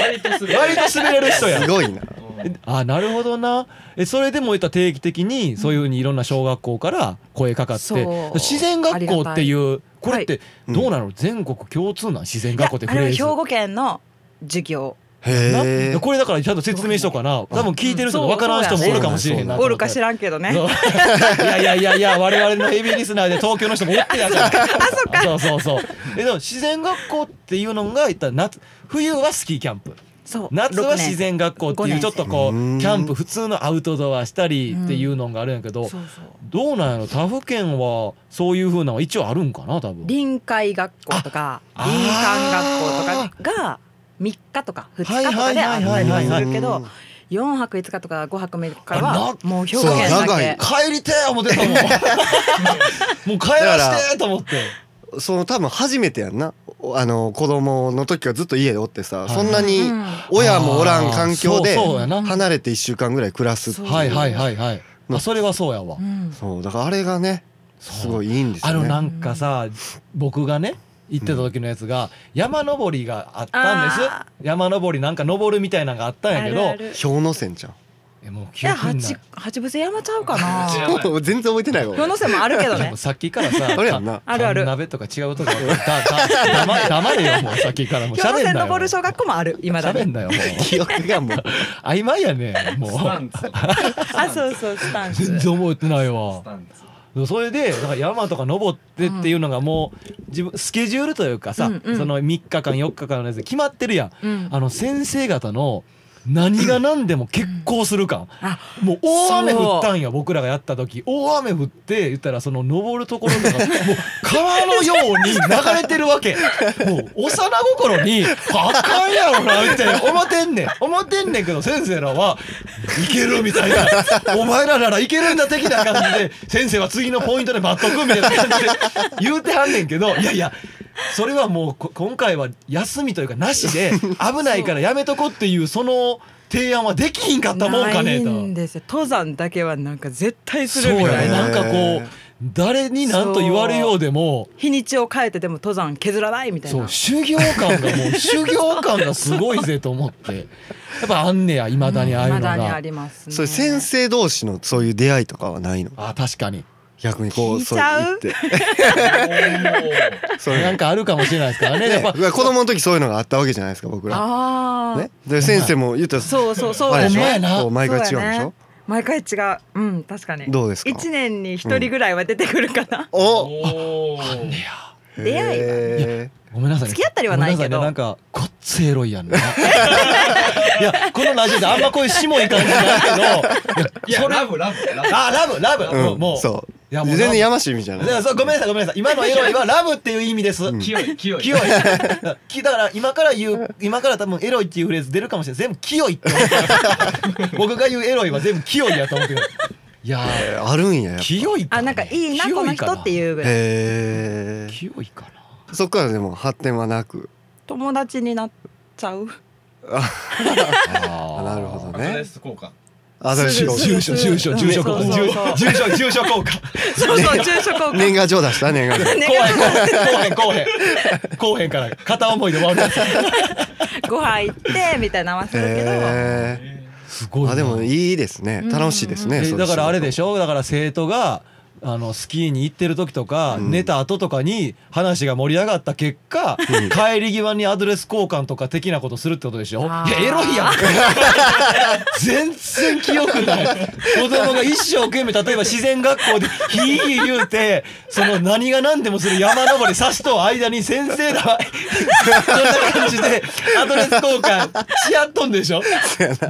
Speaker 3: 割とする
Speaker 1: 割と滑れる人や
Speaker 2: すごいな
Speaker 1: えあなるほどなえそれでも言ったら定期的にそういうふうにいろんな小学校から声かかって、
Speaker 4: そう
Speaker 1: 自然学校っていうこれって
Speaker 2: い
Speaker 1: どうなの、全国共通なん自然学校って
Speaker 4: いや
Speaker 1: フ
Speaker 4: あれ
Speaker 1: レ
Speaker 4: は
Speaker 1: ー
Speaker 4: 兵
Speaker 1: ズ
Speaker 4: 庫県の授業
Speaker 2: へ
Speaker 1: なこれだからちゃんと説明しとかな多分聞いてる人が分からん人もおるかもしれへんなと
Speaker 4: お
Speaker 1: 思
Speaker 4: る
Speaker 1: っ
Speaker 4: か
Speaker 1: て
Speaker 4: 知らんけどね
Speaker 1: そう [laughs] いやいやいやいや我々のヘビーリスナーで東京の人もおってやからあそっかそうそうそうえでも自然学校っていうのがいったら夏冬はスキーキャンプ
Speaker 4: そう
Speaker 1: 夏は
Speaker 4: 六年
Speaker 1: 自然学校って
Speaker 4: 六
Speaker 1: いう
Speaker 4: 年
Speaker 1: ちょっとこう
Speaker 2: う
Speaker 1: キ
Speaker 2: ーん
Speaker 1: ャンプ普通のアウトドアしたりっていうのがあるんやけど、
Speaker 4: そうそう
Speaker 1: どうなんやろ他府県はそういうふうなのは一応あるんかな多分
Speaker 4: 臨海学校とか
Speaker 1: あ
Speaker 4: 林間学校とかが3日とか2日とかであった
Speaker 1: はい
Speaker 4: り
Speaker 1: はいはい
Speaker 4: するけど4泊5日とか5泊6日から
Speaker 1: あ
Speaker 4: は
Speaker 1: な
Speaker 4: もう兵庫県
Speaker 2: そう
Speaker 4: だ
Speaker 2: 長い
Speaker 4: け
Speaker 1: 帰りてえ思ってたもんもう帰らしてえと思って
Speaker 2: その多分初めてやんなおあの子供の時からずっと家でおってさ、
Speaker 1: はい
Speaker 2: そんなに
Speaker 4: うん
Speaker 2: 親もおらん環境で
Speaker 1: あーそうそうやな
Speaker 2: 離れて1週間ぐらい暮らすっていう
Speaker 1: はいはいはいはいまあそれはそうやわ、
Speaker 4: うん
Speaker 2: そうだからあれがね
Speaker 1: そう
Speaker 2: すごいいいんです
Speaker 1: あの
Speaker 2: よね
Speaker 1: なんかさ僕がね行ってた時のやつが山登りがあったんです
Speaker 4: あ
Speaker 1: 山登りなんか登るみたいなのがあったんやけど
Speaker 4: あるある
Speaker 2: 氷ノ山じゃん
Speaker 1: えもう
Speaker 4: い
Speaker 1: 記
Speaker 4: や
Speaker 1: 憶にない
Speaker 4: 八八伏山ちゃうかな
Speaker 3: 違う
Speaker 2: もう全然覚えてないわ
Speaker 4: 世の
Speaker 2: 俺
Speaker 4: せもあるけど
Speaker 1: で
Speaker 4: ね
Speaker 1: もさっきからさ
Speaker 2: [laughs] あれやんな
Speaker 4: あるある
Speaker 1: 缶鍋とか違うとかだだ黙れ黙れ
Speaker 4: [laughs]
Speaker 1: よもうさっきからもう
Speaker 4: 氷
Speaker 1: [laughs] 喋ん
Speaker 4: ノ
Speaker 1: な
Speaker 4: 山
Speaker 1: よ
Speaker 4: 登る小学校もある今だ
Speaker 1: 喋ん
Speaker 4: に
Speaker 1: なよ
Speaker 4: [laughs]
Speaker 1: もう
Speaker 2: 記憶がもう
Speaker 1: 曖昧やねもう
Speaker 3: スタンツ。
Speaker 4: あそうそうスタンス
Speaker 1: 全然覚えてない
Speaker 3: ス
Speaker 1: わ
Speaker 3: タンツ。
Speaker 1: それでだから山とか登ってっていうのがもう自分スケジュールというかさ、
Speaker 4: うんうん
Speaker 1: その3日間4日間のやつで決まってるやん
Speaker 4: うん
Speaker 1: あの先生方の何が何でも結婚する感、
Speaker 4: あ
Speaker 1: もう大雨降ったんよ僕らがやった時大雨降って言ったらその登るところとかもう川のように流れてるわけもう幼心にあかんやろなみたいな思ってんねん思ってんねんけど先生らはいけるみたいなお前らならいけるんだ的な感じで先生は次のポイントで待っとくみたいな感じで言うてはんねんけどいやいやそれはもうこ今回は休みというかなしで危ないからやめとこっていうその提案はできひんかったもんかねと。
Speaker 4: ないんですよ登山だけはなんか絶対す
Speaker 1: そう
Speaker 4: るみ
Speaker 1: や
Speaker 4: た
Speaker 1: ね
Speaker 4: い
Speaker 2: そう
Speaker 4: な
Speaker 1: なんか
Speaker 2: へ
Speaker 1: こ
Speaker 2: ー
Speaker 1: う誰に何と言われようでも
Speaker 4: 日にちを変えてでも登山削らないみたい
Speaker 1: そ
Speaker 4: な
Speaker 1: う修行感がもう修行感がすごいぜと思
Speaker 4: [laughs]
Speaker 1: ってやっぱあんねやいまだにああ [laughs] いうの
Speaker 4: 未だに
Speaker 1: が
Speaker 4: あ。りますね
Speaker 2: それ先生同士のそういう出会いとかはないの
Speaker 1: あ確かに
Speaker 2: 逆にこう
Speaker 4: 聞い
Speaker 2: そ
Speaker 4: ちゃ
Speaker 2: 言
Speaker 4: う
Speaker 2: って
Speaker 3: お
Speaker 2: そう
Speaker 1: なんかあるかもしれないですから
Speaker 4: [laughs]
Speaker 1: ねやっ
Speaker 2: ね
Speaker 1: ぱ
Speaker 2: うわ子供の時そういうのがあったわけじゃないですか僕ら
Speaker 4: ああ、
Speaker 2: ねで先生も言ったら
Speaker 4: そうそうそう
Speaker 2: あれでし
Speaker 1: ほんまやな
Speaker 2: ょこう毎回違うんでし
Speaker 4: そうや
Speaker 2: ょ
Speaker 4: ね毎回違ううん確かに
Speaker 2: どうですか
Speaker 4: 一年に一人ぐらいは出てくるかな、
Speaker 2: お
Speaker 3: お。
Speaker 1: あんねや
Speaker 4: 出会いは
Speaker 2: へ
Speaker 1: ごめんなさいね
Speaker 4: 付き合ったりはないけど
Speaker 1: ごめんなさいねなんかごっつエロいやんな [laughs] いやこのラジオであんまこういうしもい感じないけど
Speaker 3: い
Speaker 1: いや
Speaker 3: や、
Speaker 1: それ
Speaker 3: ラ
Speaker 1: あ
Speaker 3: ブ、ラブ、ラブ。
Speaker 1: ラブラ
Speaker 2: ー
Speaker 1: ブ、も
Speaker 2: う
Speaker 1: うんもう
Speaker 2: そう
Speaker 1: いやもう
Speaker 2: 全然やましい意味じゃない
Speaker 1: だからそうごめんなさいごめんなさい今のエロいはラブっていう意味です、
Speaker 2: ん
Speaker 3: 清い、清
Speaker 1: [laughs]
Speaker 3: い。
Speaker 1: 清い。きだから今から言う、今から多分エロいっていうフレーズ出るかもしれない。全部清いって思って [laughs] る僕が言うエロいは全部清いやと思ってる。いや
Speaker 2: えーあるんややっ
Speaker 1: ー、
Speaker 2: ぱ
Speaker 1: 清いか、ね。
Speaker 4: あなんかいいな
Speaker 1: 清
Speaker 4: この
Speaker 1: か
Speaker 4: 人っていうぐらい
Speaker 2: へー
Speaker 1: 清いかな。
Speaker 2: そっからでも発展はなく
Speaker 4: 友達になっちゃう
Speaker 2: あなるほど
Speaker 3: アドレ
Speaker 2: ね
Speaker 3: ス交換。
Speaker 2: あそれ
Speaker 4: す
Speaker 2: 仕
Speaker 4: ぐ
Speaker 2: 事
Speaker 4: すぐ
Speaker 1: 住所、住所、住所交換。住
Speaker 4: そうそうそう
Speaker 1: 住所、住所交換。
Speaker 4: [laughs]
Speaker 1: [laughs]
Speaker 4: そうそう住所交換
Speaker 2: 年賀状出した年賀
Speaker 4: [laughs]
Speaker 2: 状
Speaker 4: ね
Speaker 1: 後編、後編、後編。後編から片思いで終わるやつ。
Speaker 4: ご飯行ってみたいなのはするけど、
Speaker 2: へ
Speaker 1: すごい
Speaker 2: ー
Speaker 1: な。
Speaker 2: あでもいいですね
Speaker 4: うん
Speaker 2: 楽しいですねそう
Speaker 1: え
Speaker 2: いう仕事
Speaker 1: だからあれでしょだから生徒があのスキーに行ってる時とか、
Speaker 2: うん
Speaker 1: 寝た後とかに話が盛り上がった結果、帰り際にアドレス交換とか的なことするってことでしょい
Speaker 4: あー
Speaker 1: やエロ
Speaker 2: [laughs]
Speaker 1: いやん全然記憶ない子供が一生懸命例えば自然学校でヒーヒー言うてその何が何でもする山登りさしと間に先
Speaker 2: [laughs]
Speaker 1: 生らこんな感じでアドレス交換し合っとんでしょ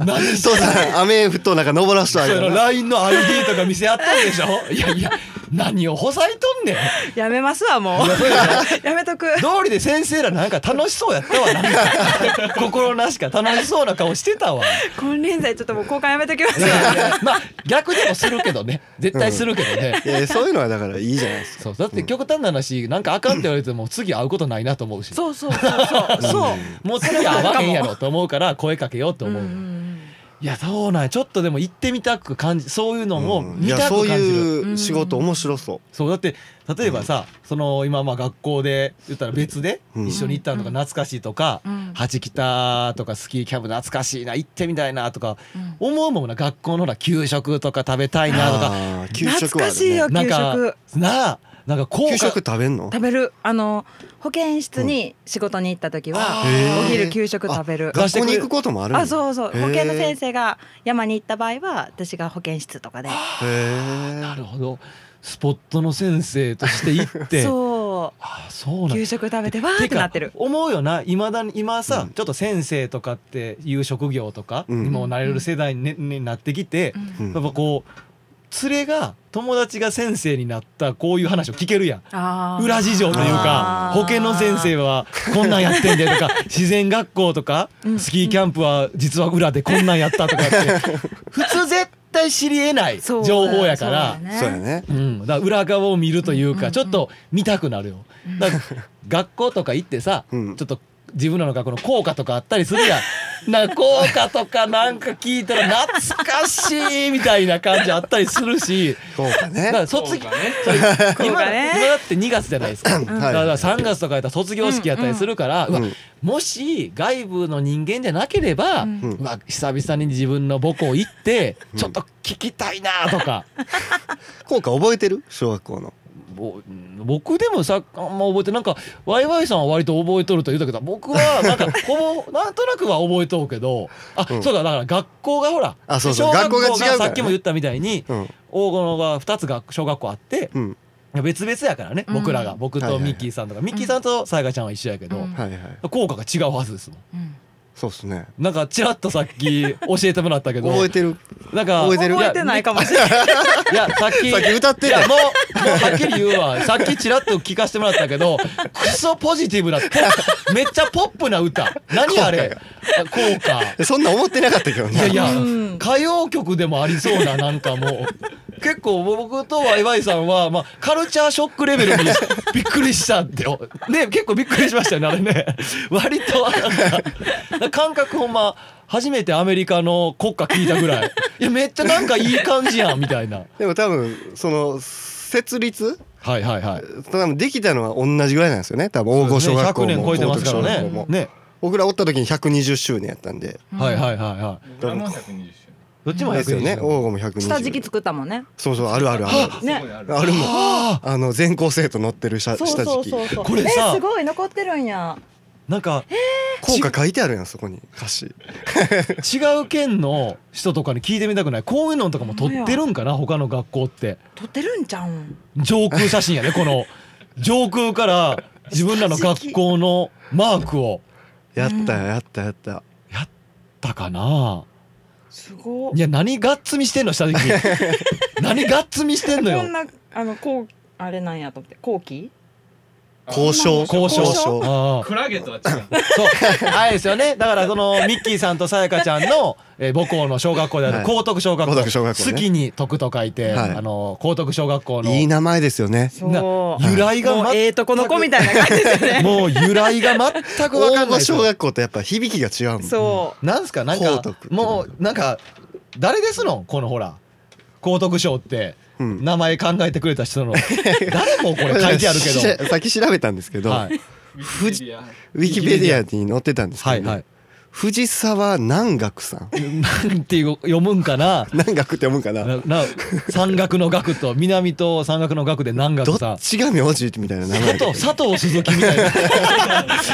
Speaker 1: 何して
Speaker 2: 父さん雨降っとうなんか登らしとあげ
Speaker 1: その
Speaker 2: る
Speaker 1: LINE の ID とか見せ合ったんでしょ [laughs] いやいや何をほさいとんねん
Speaker 4: やめますわもう [laughs] やめとく
Speaker 1: 道理で先生らなんか楽しそうやったわなん [laughs] か心なしか楽しそうな顔してた [laughs] わ
Speaker 4: [laughs] 金輪際ちょっともう交換やめときます
Speaker 1: いやいやまあ逆でもするけどね絶対するけどね、
Speaker 2: いやそういうのはだからいいじゃないですか
Speaker 1: そうだって極端な話なんかあかんって言われても次会うことないなと思うし
Speaker 4: そうそうそうそうそう
Speaker 1: もう次会わへんやろと思うから声かけようと
Speaker 4: うんう
Speaker 1: 思う、
Speaker 4: ん
Speaker 1: いやそうなんやちょっとでも行ってみたく感じそういうのも
Speaker 2: い
Speaker 1: 見
Speaker 2: や
Speaker 1: た
Speaker 2: そ
Speaker 1: く
Speaker 2: う
Speaker 1: 感じる、そう
Speaker 2: いう仕事面白そ
Speaker 1: だって例えばさ、その今まあ学校で言ったら別で
Speaker 2: うん
Speaker 1: 一緒に行ったのとか
Speaker 4: うん
Speaker 1: 懐かしいとか、
Speaker 4: うん
Speaker 1: 八北とかスキーキャンプ懐かしいな行ってみたいなとか
Speaker 4: うん
Speaker 1: 思うもんな学校のほら給食とか食べた
Speaker 2: う
Speaker 1: いなとか
Speaker 2: あー給
Speaker 4: 懐
Speaker 2: 食はあ
Speaker 4: か
Speaker 2: る
Speaker 4: しい
Speaker 2: ね
Speaker 4: よ
Speaker 1: なん
Speaker 4: 給
Speaker 1: か
Speaker 4: 食
Speaker 1: なあなんか効
Speaker 2: 給
Speaker 1: 果
Speaker 2: 食食べんの
Speaker 4: 食べるあの保健室に仕事に行った時は、
Speaker 2: あー
Speaker 4: お昼給食食べる
Speaker 2: 学校に行くこともあるん
Speaker 4: あ
Speaker 2: だ
Speaker 4: そうそう
Speaker 2: へー
Speaker 4: 保健の先生が山に行った場合は私が保健室とかで
Speaker 2: へえ
Speaker 1: なるほどスポットの先生として行って
Speaker 4: [laughs] そ
Speaker 1: ああそう
Speaker 4: う
Speaker 1: なん
Speaker 4: 給食食べてわーってなってる
Speaker 1: か思うよないまだに今さ、
Speaker 2: うん
Speaker 1: ちょっと先生とかっていう職業とか
Speaker 2: うん
Speaker 1: にもなれる世代に,、ねになってきて、
Speaker 4: うん
Speaker 2: うん
Speaker 1: やっぱこう連れが友達が先生になったこういう話を聞けるやん。
Speaker 4: あー
Speaker 1: 裏事情というか
Speaker 4: あー
Speaker 1: 保健の先生はこんなんやってんでと
Speaker 4: [laughs]
Speaker 1: か自然学校とか
Speaker 4: うん
Speaker 1: スキーキャンプは実は裏でこんなんやったとかって普通絶対知りえない
Speaker 4: そ
Speaker 1: 情
Speaker 4: う
Speaker 1: 報やから
Speaker 4: そうだね
Speaker 2: そうやね
Speaker 1: うん、だから裏側を見るという
Speaker 4: うんうんう
Speaker 1: か
Speaker 4: ん
Speaker 1: ちょっと見たくなるよ。だから学校とか行ってさ、
Speaker 2: うん
Speaker 1: ちょっと自分らの学校の校歌とかあったりするやん。なんか校歌とかなんか聞いたら懐かしいみたいな感じあったりするし、
Speaker 2: そうか
Speaker 1: だ
Speaker 2: ね
Speaker 1: から
Speaker 3: そう
Speaker 1: 卒業
Speaker 3: だね。
Speaker 1: 今今
Speaker 4: 校歌ね
Speaker 1: だって2月じゃないですか。だか
Speaker 2: はい
Speaker 1: ら3月とかやったら卒業式やったりするから、う
Speaker 2: うん
Speaker 1: わもし外部の人間じゃなければ、
Speaker 4: うん
Speaker 2: うん
Speaker 1: うわ久々に自分の母校行って
Speaker 2: うん
Speaker 1: ちょっと聞きたいなとか。
Speaker 2: 効果覚えてる小学校の
Speaker 1: ぼ僕でもさあんま覚えてなんかワイワイさんは割と覚えとると言うたけど僕はな
Speaker 2: [laughs]
Speaker 1: んかほぼなんとなくは覚えとうけどあ、
Speaker 2: うん
Speaker 1: そうかだから学校がほら
Speaker 2: あそうそう
Speaker 1: 小学校
Speaker 2: 学校が違うからね
Speaker 1: さっきも言ったみたいに
Speaker 2: うん
Speaker 1: 大物が2つが小学校あって
Speaker 2: うん
Speaker 1: 別々やからね
Speaker 4: うん
Speaker 1: 僕らが僕
Speaker 2: はいは
Speaker 1: と
Speaker 2: い
Speaker 1: ミッキーさんとかミッキーさんとさやかちゃんは一緒やけど
Speaker 4: うん
Speaker 2: はいはい
Speaker 1: 効果が違うはずですもん。
Speaker 4: うん
Speaker 2: そうっすね
Speaker 1: なんかちらっとさっき教えてもらったけど
Speaker 2: 覚えてる
Speaker 1: なんか
Speaker 2: 覚えてる
Speaker 4: 覚えてないかも
Speaker 2: [laughs]
Speaker 4: しれない
Speaker 1: いやさっき
Speaker 2: さっき歌って
Speaker 1: い
Speaker 2: たよ
Speaker 1: やもうもうはっきり言うわさっきちらっと聞かせてもらったけどクソポジティブなポッめっちゃポップな歌何あれあ効果
Speaker 2: そんな思ってなかったけど
Speaker 1: いやい
Speaker 2: ね
Speaker 1: や、
Speaker 4: うん
Speaker 1: 歌謡曲でもありそうななんかもう結構僕とワイワイさんは、まあ、カルチャーショックレベルにびっくりしたってよね結構びっくりしましたよねあれね割となんか感覚ほんま初めてアメリカの国歌聞いたぐらいいやめっちゃなんかいい感じやんみたいな
Speaker 2: でも多分その設立
Speaker 1: はいはいはい
Speaker 2: 多分できたのは同じぐらいなんですよね多分大御小学校も
Speaker 1: 100年超えてますか
Speaker 2: 高等
Speaker 1: ら
Speaker 2: 小
Speaker 1: ね
Speaker 2: 学校も
Speaker 1: ね
Speaker 2: 僕らおった時に120周年やったんで
Speaker 1: はいはいはいはい
Speaker 3: 裏の百二十周
Speaker 1: どっちも
Speaker 2: ですよね
Speaker 1: 120
Speaker 2: 大御も120
Speaker 4: 下敷き作ったもんね
Speaker 2: そうそうあるあるあ
Speaker 3: 年。
Speaker 4: ね
Speaker 3: すごいある
Speaker 2: るあるもん
Speaker 1: あ
Speaker 2: あの全校生徒乗ってる下
Speaker 4: そ
Speaker 2: 下
Speaker 4: うそ
Speaker 2: 敷
Speaker 4: う
Speaker 2: き
Speaker 4: そうそう
Speaker 1: これさ
Speaker 4: えすごい残ってるんや
Speaker 1: ーなんか
Speaker 2: 効果書いてあるやんそこに歌詞
Speaker 1: 違う県の人とかに聞いてみたくないこういうのとかも撮ってるんかな他の学校って
Speaker 4: 撮ってるんじゃうん
Speaker 1: 上空写真やねこの上空から自分らの学校のマークを
Speaker 2: やったやったやった
Speaker 1: やったかな
Speaker 4: すご
Speaker 1: いや何がっつみしてん
Speaker 2: [laughs]
Speaker 1: の下敷き何がっつみしてんの
Speaker 4: こ
Speaker 1: よ
Speaker 4: んなあのこうあれなんやと思って後期
Speaker 2: 交渉
Speaker 1: 交渉
Speaker 2: 交
Speaker 1: ああ
Speaker 3: クラゲとは違う。
Speaker 1: そう、あれですよね。だからそのミッキーさんとさやかちゃんの、えー母校の小学校であ
Speaker 2: は
Speaker 1: る
Speaker 2: い
Speaker 1: 高徳小学校、
Speaker 2: 高徳小学校ね
Speaker 1: 好きに徳と書いて、
Speaker 2: はい
Speaker 1: あの高徳小学校の
Speaker 2: いい名前ですよね
Speaker 4: そう
Speaker 1: な
Speaker 4: も
Speaker 1: 由来がま
Speaker 4: うええとこの子みたいな感
Speaker 2: [laughs]
Speaker 4: じですよね
Speaker 1: もう由来が全くわ
Speaker 2: 大
Speaker 1: かんない
Speaker 2: 御
Speaker 1: ですよ
Speaker 2: 小学校とやっぱ響きが違うもん
Speaker 4: そ
Speaker 1: なんすかなん
Speaker 2: 高
Speaker 1: か
Speaker 2: 徳って
Speaker 1: もうなんか誰ですのこのほら高徳賞って
Speaker 2: うん
Speaker 1: 名前考えてくれた
Speaker 2: [laughs]
Speaker 1: 人の誰もこれ書いてあるけ
Speaker 2: し
Speaker 1: ど。
Speaker 2: さっき調べたんですけど、
Speaker 1: はい、
Speaker 3: フジア。
Speaker 2: ウィキペディアに載ってたんですけ
Speaker 1: は
Speaker 2: ど、
Speaker 1: い
Speaker 2: ね
Speaker 1: はい、
Speaker 2: 藤沢南学さん
Speaker 1: なんていう読むんかな
Speaker 2: 南学って読むんかな
Speaker 1: なな山岳の岳と南と山岳の岳で南
Speaker 2: ど
Speaker 1: 岳さん
Speaker 2: っちが名字みたいな名前
Speaker 1: 佐藤佐藤鈴木みたいな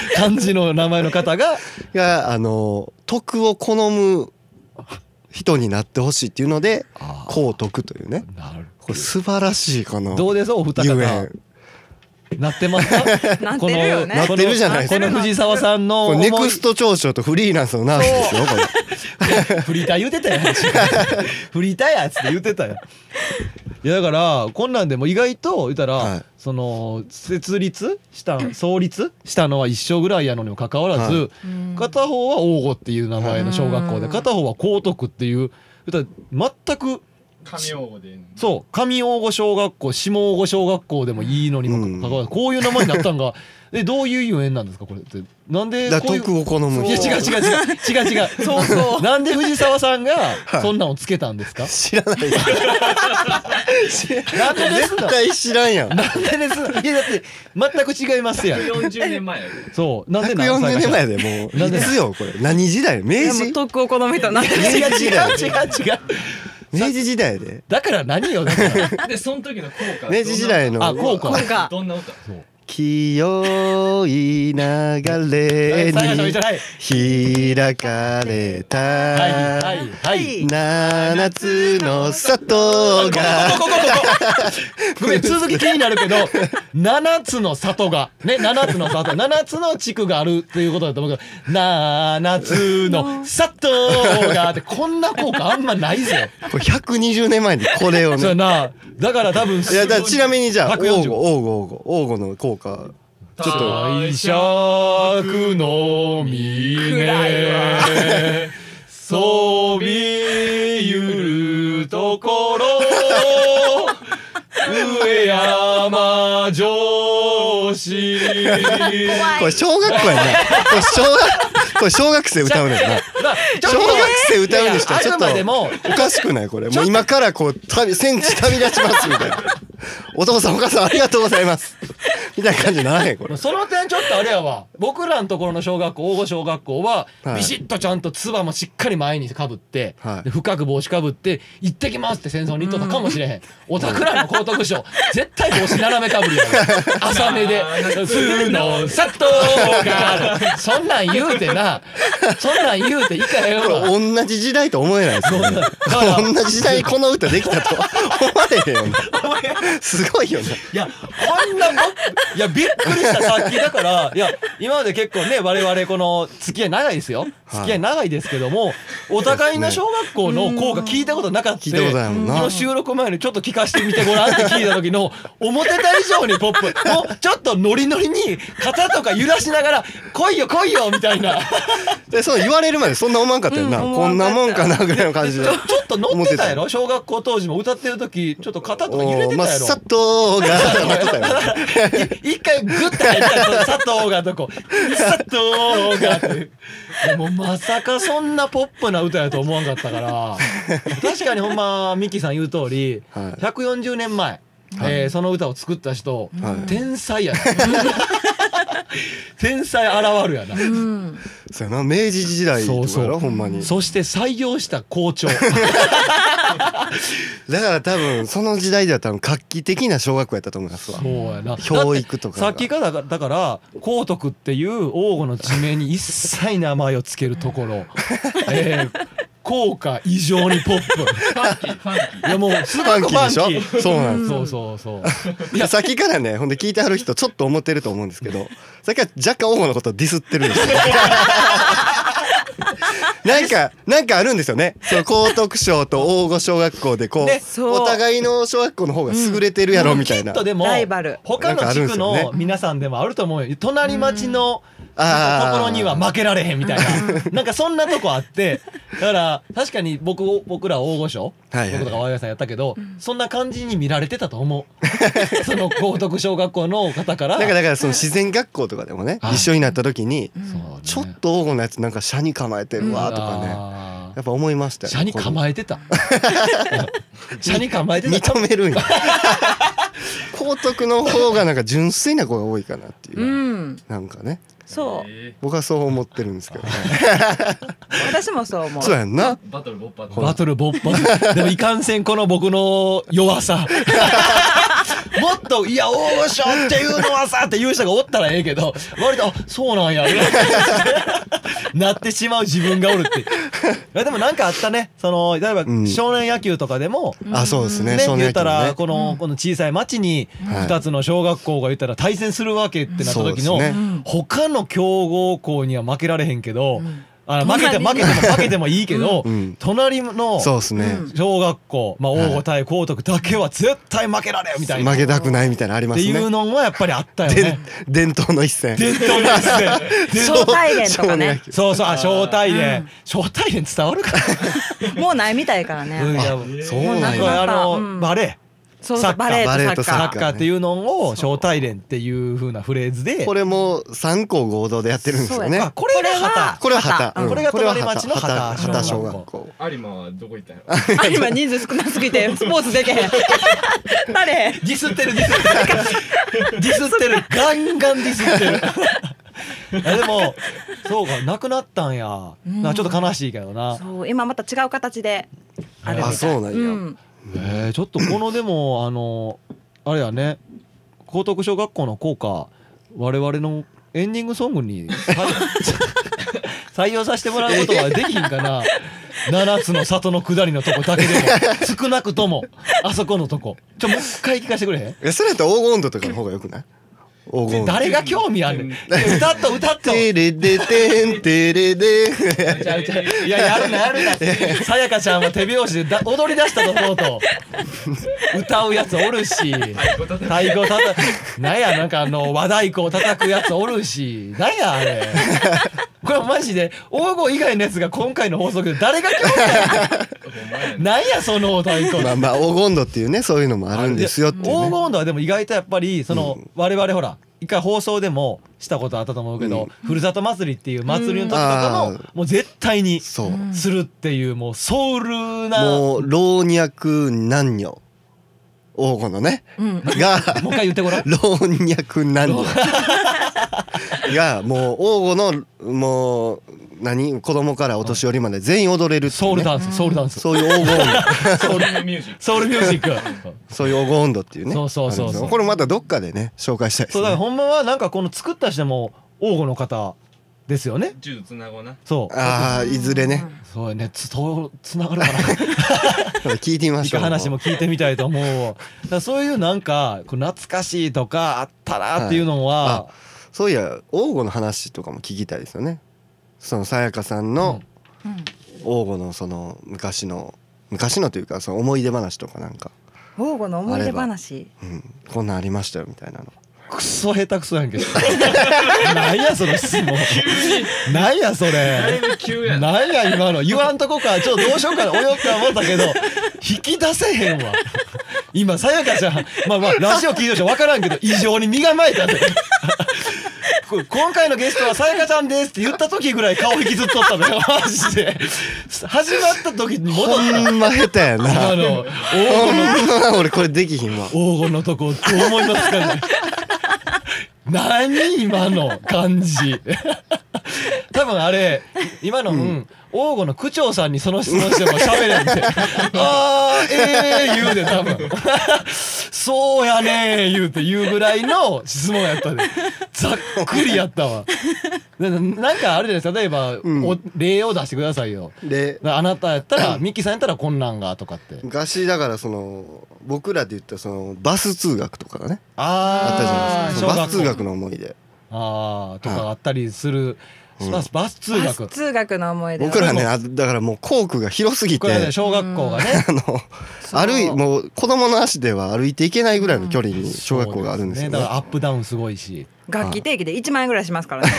Speaker 2: [laughs]
Speaker 1: 感じの名前の方が
Speaker 2: があの徳を好む人になってほしいっていうので高徳というね
Speaker 1: なる
Speaker 2: これ素晴らしいこの
Speaker 1: どうですお二
Speaker 2: 遊
Speaker 1: 方
Speaker 2: 園
Speaker 1: なってますか
Speaker 4: うなってるよ
Speaker 2: [laughs]
Speaker 4: ね
Speaker 2: なってるじゃないですか
Speaker 1: このこの藤沢さんの
Speaker 2: これ
Speaker 1: 思い
Speaker 2: ネクスト長所とフリーランスのナースですよこれ
Speaker 1: フリーター言うて
Speaker 2: [laughs]
Speaker 1: たやんフリーターやっつって言うてたやんいやだからこんなんでも意外と言ったら、
Speaker 2: はい
Speaker 1: その設立した創立したのは一緒ぐらいやのにもかかわらず、
Speaker 2: は
Speaker 4: うん
Speaker 1: 片方は王吾っていう名前の小学校で、
Speaker 4: うん
Speaker 1: 片方は高徳っていう言ったら全く
Speaker 3: 神王語で
Speaker 1: そう上大御小学校下大御小学校でもいいのにもかかわらず、こういう名前になったんがえどういうゆえんなんですかこれってなんで
Speaker 2: だか
Speaker 1: こうい
Speaker 2: ら
Speaker 1: う
Speaker 2: 徳を好む
Speaker 1: いや
Speaker 2: 人
Speaker 1: 違う違う違う違う違う
Speaker 4: そうそう
Speaker 1: なんで藤沢さんがそんなんをつけたんですか、
Speaker 2: 知らないです
Speaker 1: なんでです
Speaker 2: 絶対知らんやん
Speaker 1: なんでですいやだって全く違いますやん
Speaker 3: 140年前や
Speaker 4: [laughs]
Speaker 3: で
Speaker 1: そうなんで何歳
Speaker 2: 140
Speaker 1: か
Speaker 2: 年前でもう
Speaker 1: なん
Speaker 2: い
Speaker 1: で
Speaker 2: つよこれ何時代明
Speaker 4: いやも
Speaker 2: 治
Speaker 4: う徳を好みとなって
Speaker 1: いやいや違う違う違う
Speaker 2: 明治時代で
Speaker 1: だから何よだから
Speaker 3: でその時の効果
Speaker 2: 明治時代の
Speaker 1: あこうか
Speaker 4: そうか
Speaker 3: どんな歌
Speaker 1: そう
Speaker 2: 清い流れ
Speaker 1: 最後のじゃ
Speaker 2: に
Speaker 1: ない
Speaker 2: 開かれ
Speaker 1: はい
Speaker 2: た
Speaker 1: はいはい
Speaker 2: 七つの里が
Speaker 1: ごめん [laughs] 続き気になる
Speaker 2: [laughs]
Speaker 1: けど7つの里がね7つの里7つの地区があるっていうことだと思うけど7つの里がってこんな効果あんまないぜ
Speaker 2: これ120年前にこれを
Speaker 1: そう
Speaker 2: ね
Speaker 1: やなだから多分
Speaker 2: いやだからちなみにじゃあ黄金黄
Speaker 1: 140
Speaker 2: 金黄金黄金の効果ちょっと
Speaker 1: 愛尺の峰そびゆるところ上山上司
Speaker 2: これ小学校やなこれ小学これ小学生 [laughs] 歌うの
Speaker 1: [laughs]
Speaker 2: やな小学生歌うにしてはちょっと
Speaker 1: あくまでも
Speaker 2: おかしくないこれもう今からこう旅戦地旅立ちますみたいなお父さんお母さんありがとうございますみたいな感じにならへんこれ
Speaker 1: その点ちょっとあれやわ僕らのところの小学校大御小学校は
Speaker 2: はい
Speaker 1: ビシッとちゃんとつばもしっかり前にかぶって、
Speaker 2: はい
Speaker 1: で深く帽子かぶって「行ってきます」って戦争に行っとったかもしれへんおたくらの高徳賞絶対帽子斜めかぶり
Speaker 2: [laughs]
Speaker 1: やろ浅めで「すのさっとが」そんなん言うてなそんなん言うていいかよ
Speaker 2: これ同じ時代と思えないですよね同じ時代にこの歌できたとは思われへんよねすごいよね
Speaker 1: いや、こんなも、いや、びっくりした、さっきだから、いや、今まで結構ね、我々この、付き合い長いですよ。付き合い長いですけども、お互いの小学校の校歌聞いたことなかっ
Speaker 2: 聞
Speaker 1: た。
Speaker 2: いたことないもんな
Speaker 1: この収録前にちょっと聞かしてみてごらんって聞いた時
Speaker 2: [laughs]
Speaker 1: の、思ってた以上にポップ、もうちょっとノリノリに、肩とか揺らしながら、来いよ来いよみたいな、
Speaker 2: [laughs]
Speaker 1: ち
Speaker 2: でそう言われるまでそんな思わんかったよな、
Speaker 4: うん
Speaker 2: こんなもんかなぐらいの
Speaker 1: [laughs]
Speaker 2: 感じで。
Speaker 1: ょっと乗ってたやろ小学校当時も歌ってる時、ちょっと肩とか揺れて
Speaker 2: まあ、
Speaker 1: たやろ
Speaker 2: 佐藤が [laughs] なってたよね。
Speaker 1: い一回グッと入ったら佐藤がとこ佐藤がってでもまさかそんなポップな歌やと思わんかったから確かにほんまミキさん言う通り、
Speaker 2: はい
Speaker 1: 140年前、えーその歌を作った人、
Speaker 2: はい
Speaker 1: 天才やな [laughs] 天才現るやな、
Speaker 4: うん
Speaker 2: そうやな、明治時代と
Speaker 1: そう
Speaker 2: かや
Speaker 1: そ
Speaker 2: ろ、
Speaker 1: う
Speaker 2: ほんまに。
Speaker 1: そして採用した校長
Speaker 2: だから多分、その時代では多分、画期的な小学校やったと思いますわ
Speaker 1: そ。うやな
Speaker 2: 教育とかが
Speaker 1: だってさっきからだからだから光徳っていう王吾の地名に一切名前をつけると
Speaker 2: [laughs]
Speaker 1: ころえー効果異常にポ
Speaker 2: [laughs]
Speaker 1: ップ
Speaker 3: ファンキーファンキー
Speaker 1: いやもうす
Speaker 2: ファン
Speaker 1: ごく
Speaker 2: キーでし
Speaker 1: ファンキ
Speaker 2: ょそうなんです。
Speaker 1: そうそうそう
Speaker 2: いや、さっきからね、ほんで聞いてはる人、ちょっと思ってると思うんですけど、さっきから若干王のことをディスってるんですよ。 [laughs] なんか、なんかあるんですよね。その高徳賞と大御小学校で、こ
Speaker 1: ね
Speaker 2: う、
Speaker 4: そう
Speaker 2: お互いの小学校の方が優れてるやろみたい
Speaker 1: き
Speaker 2: な。
Speaker 1: っとでも
Speaker 4: ライバル
Speaker 1: 他の地区
Speaker 2: なんかあるんですよ
Speaker 1: の
Speaker 2: ね
Speaker 1: 皆さんでもあると思うよ隣町のと
Speaker 2: あー
Speaker 1: ころには負けられへんみたいななんかそんなとこあってだから確かに僕僕ら大御所
Speaker 2: はいはい
Speaker 1: 僕とかワイワイさんやったけどそんな感じに見られてたと思う [laughs] その高徳小学校の方から
Speaker 2: なんかだからその自然学校とかでもね
Speaker 1: はい
Speaker 2: 一緒になった時に
Speaker 1: そうね
Speaker 2: ちょっと黄金のやつなんか車に構えてるわとかね
Speaker 1: あ
Speaker 2: やっぱ思いました
Speaker 1: ー
Speaker 2: よ
Speaker 1: 車に構えてた [laughs] 車に構えてた
Speaker 2: 認めるんや高徳の方がなんか純粋な子が多いかなっていう、
Speaker 4: うん
Speaker 2: なんかね
Speaker 4: そう
Speaker 3: え
Speaker 2: 僕はそう思ってるんですけどね
Speaker 4: 私もそう思う
Speaker 2: そうやんな
Speaker 3: ーバトルボッパ
Speaker 1: バトル勃発でもいかんせんこの僕の
Speaker 2: [laughs]
Speaker 1: 弱さもっと「いや大御所っていうのはさ」って言う人がおったらええけど割と「あそうなんや」 [laughs] なってしまう自分がおるっていやでもなんかあったねその例えば
Speaker 2: うん
Speaker 1: 少年野球とかでも、
Speaker 2: あそうですね
Speaker 1: ね
Speaker 2: 少
Speaker 1: 言
Speaker 2: 年
Speaker 1: ったら
Speaker 2: 野球
Speaker 1: この,、この小さい町に
Speaker 2: はい
Speaker 1: 2つの小学校が言ったら対戦するわけってなった時
Speaker 2: そう
Speaker 1: の、
Speaker 2: ですね
Speaker 1: 他の強豪校には負けられへんけど、あの負けて負けても負けてもいいけど、
Speaker 2: うん
Speaker 1: 隣の
Speaker 2: そうですね、
Speaker 4: うん
Speaker 1: 小学校、まあ、
Speaker 2: はい
Speaker 1: 王吾対光徳だけは絶対負けられんみたいな。っ
Speaker 2: 負けたくないみたいなのあります
Speaker 1: て
Speaker 2: ね
Speaker 1: いうのもやっぱりあったよ
Speaker 2: で
Speaker 1: ね。
Speaker 2: 伝統の一戦
Speaker 1: 伝統ですね。伝
Speaker 4: 招
Speaker 1: 統
Speaker 4: 待連とかね
Speaker 1: そうそう、あ、招待
Speaker 4: う
Speaker 1: で
Speaker 4: ん、
Speaker 1: 招待で伝わるか
Speaker 4: もうないみたいから
Speaker 1: な。うんい
Speaker 4: ね
Speaker 1: や
Speaker 3: あ
Speaker 2: そうなん
Speaker 4: もう
Speaker 2: や
Speaker 1: あの、
Speaker 4: うん
Speaker 1: バレ
Speaker 4: そう
Speaker 1: サ
Speaker 4: そう
Speaker 1: ッカ
Speaker 4: バ
Speaker 1: ー
Speaker 4: レ
Speaker 2: バレ
Speaker 4: ー
Speaker 2: ー
Speaker 4: と
Speaker 2: と
Speaker 4: サ
Speaker 1: ー、
Speaker 4: ッ
Speaker 1: サ
Speaker 2: サ
Speaker 4: カ
Speaker 1: ッ
Speaker 4: ー
Speaker 1: カーっていうのを招待連っていう風なフレーズで
Speaker 2: こ。れも三校合同でやってるんですよね
Speaker 1: あこれが旗。
Speaker 2: これは旗、
Speaker 4: うん
Speaker 2: うん
Speaker 1: これが隣町の
Speaker 2: これは
Speaker 1: 旗
Speaker 2: 旗
Speaker 1: 小
Speaker 2: 小
Speaker 1: 学
Speaker 2: 学
Speaker 1: 校
Speaker 2: 校
Speaker 3: 有馬はどこ行ったんやろ
Speaker 4: あ今人数少なす
Speaker 2: [laughs]
Speaker 4: ぎてスポーツできへんバレー
Speaker 1: ディスってるディスってるディスってるガンガンディスって [laughs] るいやでもそうかなくなったんや、
Speaker 4: うん
Speaker 1: なちょっと悲しいけどな
Speaker 4: そう今また違う形であるみた
Speaker 2: あ
Speaker 4: い
Speaker 2: そうなんや、
Speaker 4: うん
Speaker 1: えー、ちょっとこのでもあのあれやね高徳小学校の校歌我々のエンディングソングにさ採用させてもらうことはできひんかな7つの里の下りのとこだけでも少なくともあそこのとこちょもう一回聞かせてくれへん
Speaker 2: えそれやったら黄金度とかの方がよくない黄金度
Speaker 1: 誰が興味あるねん歌っと歌っと
Speaker 2: テレデテンテレデン
Speaker 1: ちゃうちゃう [laughs] いややるなやるなさやかちゃんは手拍子でだ踊り出したと思うと歌うやつおるし
Speaker 3: 鼓叩く
Speaker 1: 太鼓叩くなんやなんかあの和太鼓を叩くやつおるしなんやあれこれマジで王吾以外のやつが今回の放送で誰が興味あ
Speaker 3: ほんまや
Speaker 1: る
Speaker 3: な
Speaker 1: なんやその太
Speaker 2: [laughs]
Speaker 1: 鼓
Speaker 2: まあまあ黄金度っていうねそういうのもあるんですよっていうね
Speaker 1: 黄金度はでも意外とやっぱりその我々ほら一回放送でもしたことあったと思うけど、ふるさと祭りっていう祭りの時とか
Speaker 2: うん
Speaker 1: ももう絶対に
Speaker 2: そう、
Speaker 4: うん
Speaker 1: するっていうもうソウルなも
Speaker 2: もう老若男女黄金のね
Speaker 4: うん
Speaker 2: が
Speaker 1: う一回言ってごらん
Speaker 2: 老若男
Speaker 1: [laughs]
Speaker 2: 女がもう黄金のもう何子供からお年寄りまで全員踊れるっていうね
Speaker 1: ソウルダンスソウルダンス
Speaker 2: そういう黄金
Speaker 1: [laughs]
Speaker 2: 度
Speaker 3: ソウルのミュージック
Speaker 1: ソウルミュージック
Speaker 2: そういう黄金度っていうね
Speaker 1: そうそうそうそう
Speaker 2: あるんですよこれまたどっかでね紹介したいです
Speaker 1: [laughs] そうだか
Speaker 2: ね
Speaker 1: らほんまはなんかこの作った人も王吾の方ですよね
Speaker 3: ジューつなごうな
Speaker 1: そう
Speaker 2: ああいずれね
Speaker 1: そうやねつとつなが [laughs] るかな
Speaker 2: 聞いてみま
Speaker 1: い
Speaker 2: しょ
Speaker 1: く
Speaker 2: う
Speaker 1: 話も聞いてみたいと思うわだからそういうなんかこう懐かしいとかあったなっていうのは、
Speaker 2: そういや王吾の話とかも聞きたいですよねそのさやかさんの
Speaker 4: うん
Speaker 2: 王吾のその昔の昔のというかその思い出話とかなんか、
Speaker 4: 王吾の思い出話
Speaker 2: うん、こんなんありましたよみたいなの
Speaker 1: クソ下手くそやんけ
Speaker 3: [laughs]
Speaker 1: どなんやその質問なんやそ
Speaker 3: だい
Speaker 1: れ
Speaker 3: ぶ急やな
Speaker 1: なんや今の言わんとこかちょっとどうしようかな泳ぐか思ったけど引き出せへんわ今さやかちゃんま
Speaker 3: [laughs]
Speaker 1: あまあラジオ聞いてる人分からんけど異常に身構えたで [laughs] こ今回のゲストはさやかちゃんですって言った時ぐらい顔引きずっとったのよマジで始まった時に戻った
Speaker 2: ほんま下手やな [laughs]
Speaker 1: 今
Speaker 3: [laughs]
Speaker 1: の
Speaker 2: ほ
Speaker 1: 黄金
Speaker 2: ん
Speaker 1: の
Speaker 2: ま俺これできひんわ
Speaker 1: 黄金のとこどう思います
Speaker 2: [laughs]
Speaker 1: かね何今の感じ多分あれ今の、うん、黄金の区長さんにその質問しても喋れ
Speaker 2: [laughs]
Speaker 1: んであーええー、言うで多分 [laughs] そうやねー言うて言うぐらいの質問やったでざっくりやったわななんかあれです例えば、
Speaker 2: ん
Speaker 1: お例を出してくださいよ
Speaker 2: で
Speaker 1: あなたやったらミッキーさんやったらこんなんがとかって
Speaker 2: 昔だからその僕らで言ったそのバス通学とかがねあったじゃないで
Speaker 1: あー
Speaker 2: すかそのバス
Speaker 1: 小
Speaker 2: 通
Speaker 1: 校
Speaker 2: 学の思い出
Speaker 1: ああとかあったりする、
Speaker 2: うん
Speaker 1: バスバス通
Speaker 4: バ
Speaker 1: 学
Speaker 4: ス通学の思い出
Speaker 2: 僕らねあだからもう校区が広すぎ
Speaker 1: こ
Speaker 2: て
Speaker 1: れはね小学校が
Speaker 2: [laughs]
Speaker 1: ね
Speaker 2: あの
Speaker 4: そう
Speaker 2: 歩いもう子供の足では歩いていけないぐらいの距離に小学校があるんですよ
Speaker 1: そうねだから
Speaker 2: ね。
Speaker 1: アップダウンすごいし
Speaker 4: 楽器定期で1万円ぐらいしますからね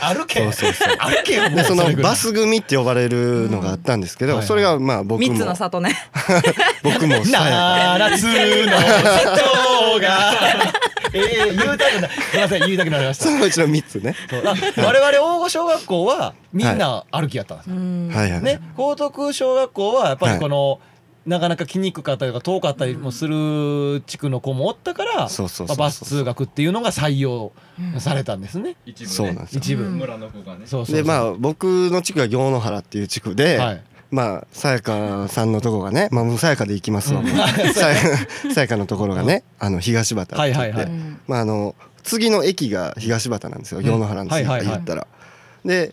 Speaker 1: 歩け
Speaker 2: そうそうそう
Speaker 1: 歩けよもう
Speaker 2: でそ
Speaker 1: れ
Speaker 2: の
Speaker 1: ぐらい
Speaker 2: バス組って呼ばれるのがあったんですけ
Speaker 1: うん
Speaker 2: ど、
Speaker 1: はいはい
Speaker 2: それがまあ僕
Speaker 4: 3
Speaker 2: も
Speaker 4: つの里ね
Speaker 2: 僕
Speaker 1: [laughs]
Speaker 2: もさや
Speaker 1: 七つの人が [laughs] ええ言うたくないすいません言いたくなりました
Speaker 2: そのうちの三つね。
Speaker 1: そうだ我々大御小学校はみんな歩きやったんですよ、
Speaker 4: うん
Speaker 2: はいはい。
Speaker 1: ね高徳小学校はやっぱりこの、なかなか来にくかったりとか遠かったりもする地区の子もおったから
Speaker 2: そうそうそうそう
Speaker 1: まあバス通学っていうのが採用
Speaker 4: うん
Speaker 1: されたんですね。
Speaker 3: 一
Speaker 2: そう
Speaker 3: 部
Speaker 2: なん
Speaker 3: ね
Speaker 2: ですよ。
Speaker 1: 一部、
Speaker 4: うん
Speaker 3: 村の子がね
Speaker 1: そうそうそう
Speaker 2: でまあ僕の地区が行野原っていう地区で、
Speaker 1: はい、
Speaker 2: まあさやかさんのとこがね、まあもうさやかで行きますわ。
Speaker 1: うん
Speaker 2: もう [laughs] さやさやかのところがね、あの東畑って言って、
Speaker 1: はいはいは
Speaker 4: う
Speaker 1: い
Speaker 4: ん
Speaker 2: まああの次の駅が東畑なんですよ。
Speaker 1: うん
Speaker 2: 行野原の次
Speaker 1: はいはいはい
Speaker 2: 言ったら。で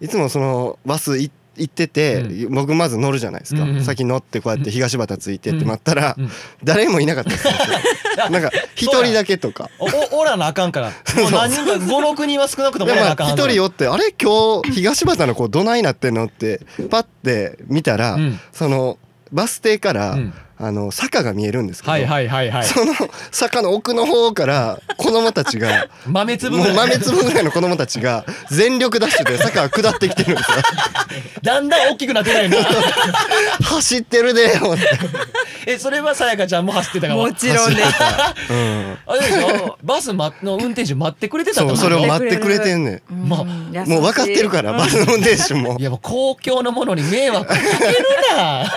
Speaker 2: いつもそのバス行っ行ってて、
Speaker 1: う
Speaker 2: 僕まず乗るじゃないですか、
Speaker 1: うんうん
Speaker 2: 先乗ってこうやって東畑ついてって待ったら、
Speaker 1: うんうん
Speaker 2: 誰もいなかったです
Speaker 1: [laughs]
Speaker 2: なんか一人だけとか
Speaker 1: お [laughs] おらなあかんからもう何人か56人は少なくとも
Speaker 2: で
Speaker 1: おら
Speaker 2: ま
Speaker 1: な
Speaker 2: あ
Speaker 1: あかんは
Speaker 2: 一
Speaker 1: ず
Speaker 2: 人おってあれ今日東畑の子どないなってんのってパッて見たら、
Speaker 1: うん
Speaker 2: そのバス停から、
Speaker 1: うん
Speaker 2: あの坂が見えるんですけど、
Speaker 1: はいはいはいはい
Speaker 2: その坂の奥の方から子供たちが
Speaker 1: 豆粒
Speaker 2: も
Speaker 1: ぐら
Speaker 2: う
Speaker 1: い
Speaker 2: 豆粒ぐらいの子供たちが全力ダッシュで坂下ってきてるんですよ
Speaker 1: だんだん大きくなってくるよね [laughs]
Speaker 2: 走ってるで思って、
Speaker 1: えそれはさやかちゃんも走ってたかも
Speaker 4: もちろんです
Speaker 2: うん、
Speaker 1: [laughs] あれでしょバスまの運転手待ってくれてた
Speaker 2: そ
Speaker 1: んだ
Speaker 2: うそれを待ってくれてんねん
Speaker 1: まあ
Speaker 4: うん優しい
Speaker 2: もう分かってるからバスの運転手も
Speaker 1: いやもう公共のものに迷惑かけるな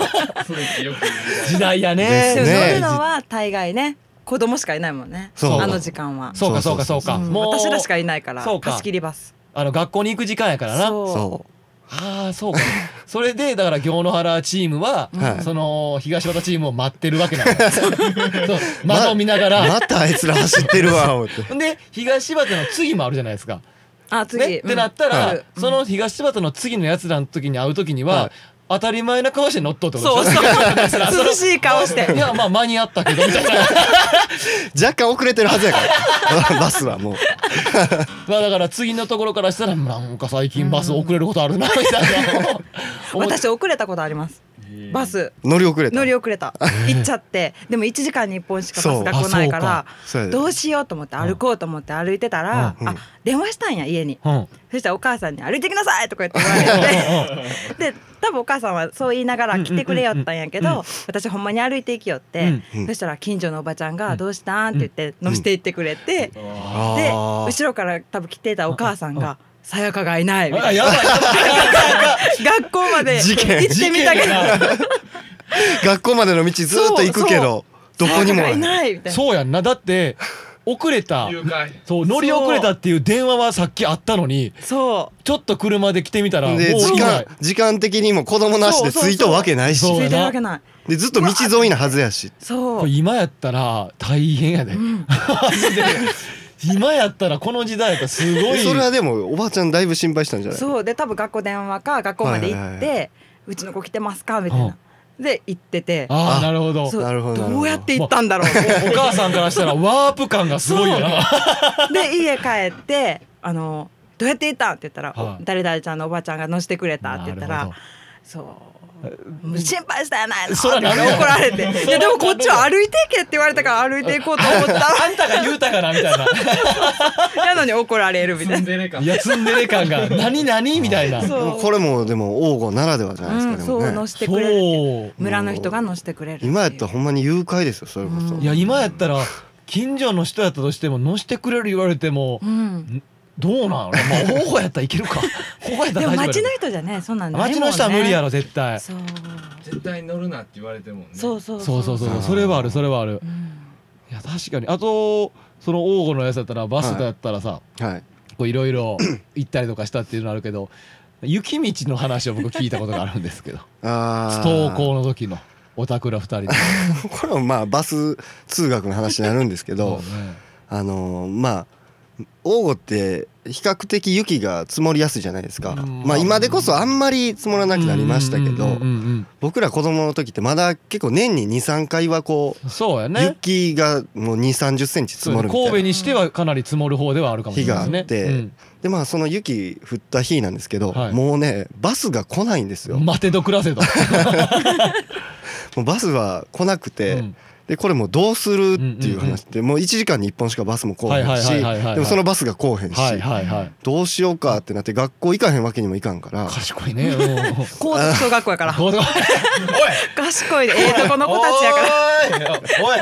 Speaker 3: それってよく言う
Speaker 1: 時代やね
Speaker 2: です
Speaker 4: でも
Speaker 2: ね
Speaker 4: 乗るのは大概ね子供しかいないもんね
Speaker 2: そう
Speaker 4: あの時間は
Speaker 1: そうかそうかそうか
Speaker 4: うん
Speaker 1: もう
Speaker 4: 私らしかいないから
Speaker 1: そうか
Speaker 4: 貸し切りバス
Speaker 1: あの学校に行く時間やからな
Speaker 4: そ
Speaker 2: そ
Speaker 1: ああそうか [laughs] それでだから行野原チームは、
Speaker 2: はい
Speaker 1: その東和田チームを待ってるわけなんだ [laughs] そう窓を見なが
Speaker 2: う
Speaker 1: ら、
Speaker 2: またあいつら走ってるわ思って
Speaker 1: で東和田の次もあるじゃないですか。
Speaker 4: うあ
Speaker 1: ね、
Speaker 4: 次
Speaker 1: ってなったら、
Speaker 4: うん
Speaker 1: その東和田の次のやつらの時に会う時には、
Speaker 2: はい
Speaker 1: 当たり前な顔して乗っとうってこと
Speaker 4: そう
Speaker 1: でしょ
Speaker 4: そう [laughs] 涼しい顔して
Speaker 1: いやまあ間に合ったけどみたいな
Speaker 2: 若干遅れてるはずやからバスはもう
Speaker 1: まあだから次のところからしたらなんか最近バス遅れることあるなみたい
Speaker 4: [laughs]
Speaker 1: な思っ
Speaker 4: 私遅れたことあります
Speaker 3: んで
Speaker 4: バス
Speaker 2: 乗り遅れた
Speaker 4: 乗り遅れ
Speaker 2: [laughs]
Speaker 4: た行っちゃってでも1時間に1本しかバスが来ないから
Speaker 2: そうやで
Speaker 4: どうしようと思って歩こうと思って歩いてたら、
Speaker 2: うん
Speaker 4: あ電話したんや家に
Speaker 1: うんうん
Speaker 4: そしたらお母さんに「歩いてきなさい!」とか言って言われて。で多分お母さんはそう言いながら来てくれよったんやけど、
Speaker 1: うんうんうん
Speaker 4: 私ほんまに歩いて行きよって、
Speaker 2: うん
Speaker 4: そしたら近所のおばちゃんが「どうしたん?」って言って
Speaker 2: ん
Speaker 4: 乗せて行ってくれて、
Speaker 3: うんあ
Speaker 2: あ
Speaker 4: で
Speaker 2: ー
Speaker 4: 後ろから多分来てたお母さんが「さやかがいない」み
Speaker 1: あ
Speaker 4: たい
Speaker 1: やば [laughs] いや
Speaker 4: な学校まで行
Speaker 2: 事件
Speaker 4: ってみたけど [laughs]
Speaker 2: 学校までの道ずーっと行くけどどこにも
Speaker 4: さ
Speaker 2: な
Speaker 4: やかがい
Speaker 2: い
Speaker 4: ないみた
Speaker 1: ばい
Speaker 4: いな。
Speaker 1: そうやんなだって遅れた
Speaker 3: 誘拐
Speaker 1: そう乗り遅れたっていう電話はさっきあったのに
Speaker 4: そ
Speaker 1: ちょっと車で来てみたらもう
Speaker 2: で時
Speaker 1: いな
Speaker 2: 間
Speaker 1: い
Speaker 2: 時間的にも子供なしでついとうわけないし
Speaker 1: そうや
Speaker 4: つ
Speaker 1: ない
Speaker 4: てるわけない
Speaker 2: でずっと道沿いなはずやし
Speaker 4: そ
Speaker 1: こ
Speaker 4: う
Speaker 1: れ今やったら大変 [laughs] やで、マジで今やったらこの時代やったらすごい
Speaker 2: それはでもおばあちゃんだいぶ心配したんじゃない
Speaker 4: そうで多分学校電話か学校まで行っ
Speaker 2: はい
Speaker 4: て「うちの子来てますか?」みたいな。で行ってて
Speaker 1: あ
Speaker 2: あ
Speaker 1: あなるほど
Speaker 4: そう
Speaker 2: なるほどなるほど
Speaker 4: どうやって行ったんだろう
Speaker 1: お母さんからしたらワープ感がすごいよな
Speaker 4: で家帰ってあの「どうやって行ったん?」って言ったら
Speaker 1: はい
Speaker 4: 「誰々ちゃんのおばちゃんが乗せてくれた」って言っ
Speaker 1: な
Speaker 4: たら
Speaker 1: るほど
Speaker 4: 「そうもう心配したやないの」
Speaker 1: そら
Speaker 4: って
Speaker 1: なるよ
Speaker 4: 怒られて「いやでもこっちは歩いていけ」って言われたから歩いていこうと思った
Speaker 1: あんたが言うたかなみたい
Speaker 4: らなのに怒られるみた
Speaker 3: ツ
Speaker 4: い
Speaker 3: ン
Speaker 4: な。
Speaker 3: デレか
Speaker 1: ないやツンデレ感が何何みたいな
Speaker 4: そう
Speaker 2: でもこれもでも王吾ならではじゃな
Speaker 4: う
Speaker 2: いで
Speaker 4: ん、
Speaker 2: す
Speaker 4: そ
Speaker 2: か
Speaker 4: う
Speaker 2: でも
Speaker 4: 乗
Speaker 2: ね
Speaker 4: せてくれるって
Speaker 1: そう
Speaker 4: 村の人が乗せてくれるっていう
Speaker 2: 今やったらほんまに誘拐ですよそれこそ
Speaker 4: うん
Speaker 1: いや今やったら近所の人やったとしても乗してくれる言われても
Speaker 4: うん
Speaker 1: どうなんやろまあ方法やったらいける
Speaker 4: [laughs]
Speaker 1: か方法やった
Speaker 4: で
Speaker 1: ら
Speaker 4: も
Speaker 1: 大丈夫
Speaker 4: 町の
Speaker 1: や
Speaker 4: 人じゃねそんなん
Speaker 1: ろ
Speaker 4: ないもんね
Speaker 1: 街の人は無理やろ絶対
Speaker 4: そう
Speaker 3: 絶対乗るなって言われてもね
Speaker 4: そうそう
Speaker 1: そうそうそう
Speaker 2: そう
Speaker 1: それはあるそれはある
Speaker 4: うん
Speaker 1: いや確かにあとその王吾のやつだったらバスだったらさ
Speaker 2: はい
Speaker 1: こういろ
Speaker 2: [clears throat]
Speaker 1: いろ行ったりとかしたっていうのあるけど雪道の話を僕聞いたことがあるんですけど
Speaker 2: あ
Speaker 1: 登校の時のおたくら二人で
Speaker 2: 校 [laughs] これはまあバス通学の話になるんですけど
Speaker 1: そうね
Speaker 2: あのーまあ王吾って比較的雪が積もりやすいじゃないですか、
Speaker 1: うん
Speaker 2: まあ今でこそあんまり積もらなくなりましたけ
Speaker 1: うんうん
Speaker 2: ど
Speaker 1: うん
Speaker 2: 僕ら子供の時ってまだ結構年に23回はこ
Speaker 1: うんそうや
Speaker 2: う、
Speaker 1: ね
Speaker 2: 雪がもう2 3 0センチ積もるみたいな
Speaker 1: 神戸にしてはかなり積もる方ではあるかもしれないですね
Speaker 2: 日があってでまあその雪降った日なんですけど、
Speaker 1: はい
Speaker 2: もうねバスが来ないんですよ、
Speaker 1: うん待てど暮らせと、
Speaker 2: もうバスは来なくて、
Speaker 1: うん
Speaker 2: でこれもうどうするっていう話で、もう1時間に1本しかバスも来おへんし
Speaker 1: はいはいはいはいはい
Speaker 2: でもそのバスが来おへんし、
Speaker 1: はいはいはい
Speaker 2: どうしようかってなって学校行かへんわけにもいかんから
Speaker 1: 賢
Speaker 2: [laughs]
Speaker 1: いねうん
Speaker 4: 高等小学校やから
Speaker 1: こう
Speaker 4: 賢いでええとこの子たちやから
Speaker 1: らお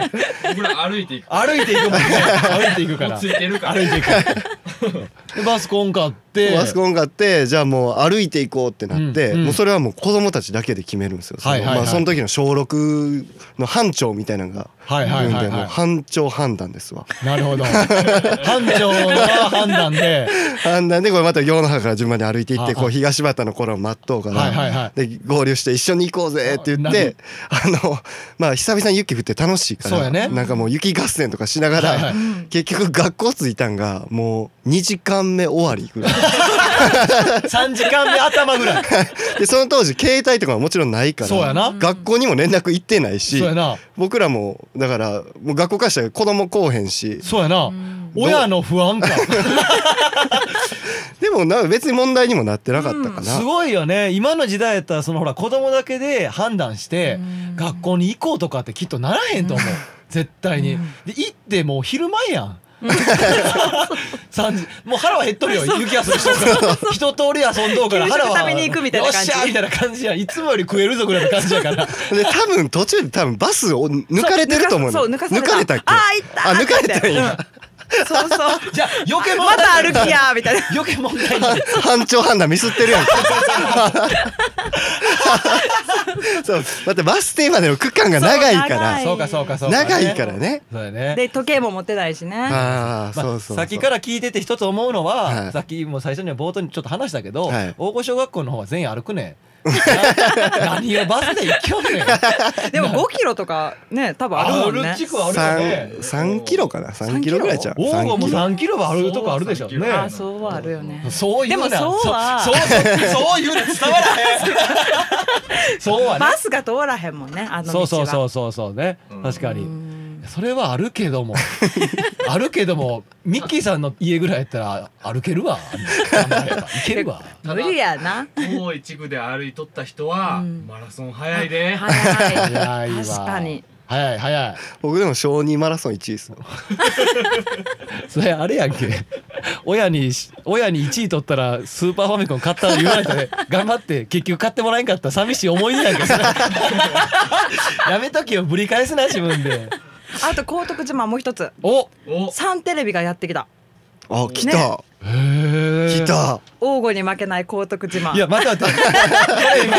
Speaker 1: い
Speaker 3: 僕ら歩いていく
Speaker 1: おい歩いていくもんね歩いていくか
Speaker 3: も
Speaker 1: [laughs] ら
Speaker 3: うついてるから
Speaker 1: 歩いていくでバスコン買って
Speaker 2: マスコンがあってじゃあもう歩いていこうってなって、
Speaker 1: うんうん
Speaker 2: もうそれはもう子供たちだけで決めるんですよ、その
Speaker 1: はいはいはい
Speaker 2: まあ、その時の小6の班長みたいなのが
Speaker 1: はい
Speaker 2: い
Speaker 1: はい
Speaker 2: るんで、
Speaker 1: はい
Speaker 2: もう
Speaker 1: は
Speaker 2: 班長判断ですわ
Speaker 1: いなるほど班長の判断で
Speaker 2: 判断でこれまた世の中から順番に歩いていっ
Speaker 1: ああ
Speaker 2: てこう東畑の頃を待っとうから、
Speaker 1: はいはいはい
Speaker 2: で合流して一緒に行こうぜって言ってあのまあ久々に雪降って楽しいから
Speaker 1: そうやね
Speaker 2: なんかもう雪合戦とかしながら、
Speaker 1: はいはい
Speaker 2: 結局学校着いたんがもう2時間目終わりぐらい
Speaker 1: 3時間目頭ぐらい
Speaker 2: でその当時携帯とかももちろんないから
Speaker 1: そうやな
Speaker 2: 学校にも連絡行ってない
Speaker 1: そう
Speaker 2: し
Speaker 1: やな
Speaker 2: 僕らもだからもう学校からしたら子供こうへんし
Speaker 1: そうやな
Speaker 4: うん
Speaker 1: 親の不安感
Speaker 2: でもな別に問題にもなってなかったかな、
Speaker 1: すごいよね今の時代やったらそのほら子供だけで判断して
Speaker 4: うん
Speaker 1: 学校に行こうとかってきっとならへんと思う絶対に
Speaker 4: うん
Speaker 1: で行ってもう昼前やん [laughs] 三時もう腹は減っとるよ雪休みしとるから一通り遊んどうから
Speaker 4: 給食
Speaker 1: 腹は
Speaker 4: 食べに行くみたいな感じ
Speaker 1: よっしゃーみたいな感じやんいつもより食えるぞぐらいの感じや
Speaker 4: [laughs]
Speaker 1: から
Speaker 2: で多分途中で多分バスを抜かれてると思うの
Speaker 4: そう抜かされた
Speaker 2: れたっけ
Speaker 4: あー行った
Speaker 2: あ抜かれたんや
Speaker 4: そうそう
Speaker 1: じゃあ余計問
Speaker 4: ま
Speaker 1: 題
Speaker 4: た歩きやみたいな
Speaker 1: 余計問題に
Speaker 2: 班長判断ミスってるやんそうだってバス停までの区間が長いから
Speaker 4: い
Speaker 1: そうかそうかそうか
Speaker 2: 長いからね
Speaker 1: そうやね
Speaker 4: [laughs] で時計も持ってないしね
Speaker 2: ああ
Speaker 1: まあ
Speaker 2: そうそうそう
Speaker 1: 先から聞いてて一つ思うのは、
Speaker 2: はい
Speaker 1: さっきも最初には冒頭にちょっと話したけど、
Speaker 2: はい
Speaker 1: 大御小学校の方は全員歩くね
Speaker 2: [laughs]
Speaker 1: んな何をバスで行きよんねん
Speaker 4: でも5キロとかね多分あるもんね
Speaker 3: 歩地区はあるよね
Speaker 2: 三三キロかな三キロぐらいちゃう
Speaker 1: 黄
Speaker 2: 三
Speaker 1: 金も
Speaker 2: キロ
Speaker 1: 3キロはあるとこあるでしょ
Speaker 3: そう
Speaker 1: ね
Speaker 3: な
Speaker 4: あそうはあるよね
Speaker 1: そういうな
Speaker 4: でもそうは
Speaker 1: そそうそういうの伝わらへんそうはね
Speaker 4: バスが通らへんもんねあの道
Speaker 1: そう
Speaker 4: は
Speaker 1: そうそううそうそうね、
Speaker 3: うん
Speaker 1: 確かに、
Speaker 4: ん
Speaker 1: それはあるけどもあるけどもミッキーさんの家ぐらいやったら歩けるわ頑張れば行けるわ
Speaker 4: 無理やな
Speaker 3: 遠い地区で歩いとった人は、
Speaker 4: うん
Speaker 3: マラソン早いで、
Speaker 4: 早
Speaker 1: 早
Speaker 4: い
Speaker 1: いわ
Speaker 4: 確かに
Speaker 1: 早い早い
Speaker 2: 僕でも小児マラソン一位ですよ
Speaker 1: それあれやんけ親に親に1位取ったらスーパーファミコン買ったの言わない [laughs] とね頑張って結局買ってもらえんかったら寂しい思い出やんけそ [laughs] れやめときよぶり返すな自分で
Speaker 4: あと高徳島もう一つ
Speaker 1: お
Speaker 3: お
Speaker 4: サンテレビがやってきた
Speaker 2: あ来た
Speaker 1: へえ
Speaker 2: 来た
Speaker 4: 王吾に負けない高徳島
Speaker 1: いや待って待って
Speaker 2: 今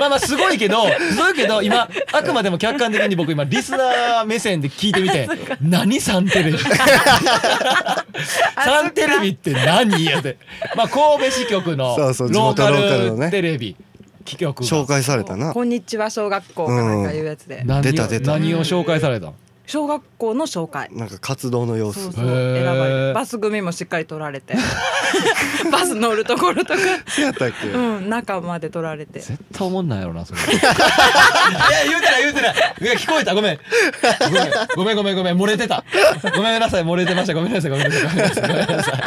Speaker 1: まあまあすごいけどすごいけど今あくまでも客観的に僕今リスナー目線で聞いてみて「何サンテレビ」「
Speaker 4: あ
Speaker 1: [laughs] サンテレビって何?」やでまあ神戸支局の
Speaker 2: そ
Speaker 1: ロ
Speaker 2: うそう地
Speaker 1: ー
Speaker 2: 元
Speaker 1: カ
Speaker 2: ローカルの
Speaker 1: ル
Speaker 2: ね
Speaker 1: テレビ企局が
Speaker 2: 紹介された
Speaker 4: そ
Speaker 2: な
Speaker 4: うこんにちは小学校かなんかいうやつで、
Speaker 1: 何を
Speaker 2: 出た出た
Speaker 1: 何を紹介されたの
Speaker 4: 小学校の紹介
Speaker 2: なんか活動の様子
Speaker 4: そうそう
Speaker 1: へー
Speaker 4: 選ばれてバス組もしっかり取られて [laughs] バス乗るところ [laughs] とか
Speaker 2: そうやったっけ
Speaker 4: うん中まで取られて
Speaker 1: 絶対思んないやろなそれ [laughs] いや言うてない言うてないいや聞こえたごめんごめんごめんごめんごめん漏れてたごめんなさい漏れてましたごめんなさいごめんなさいごめんなさいごめんなさい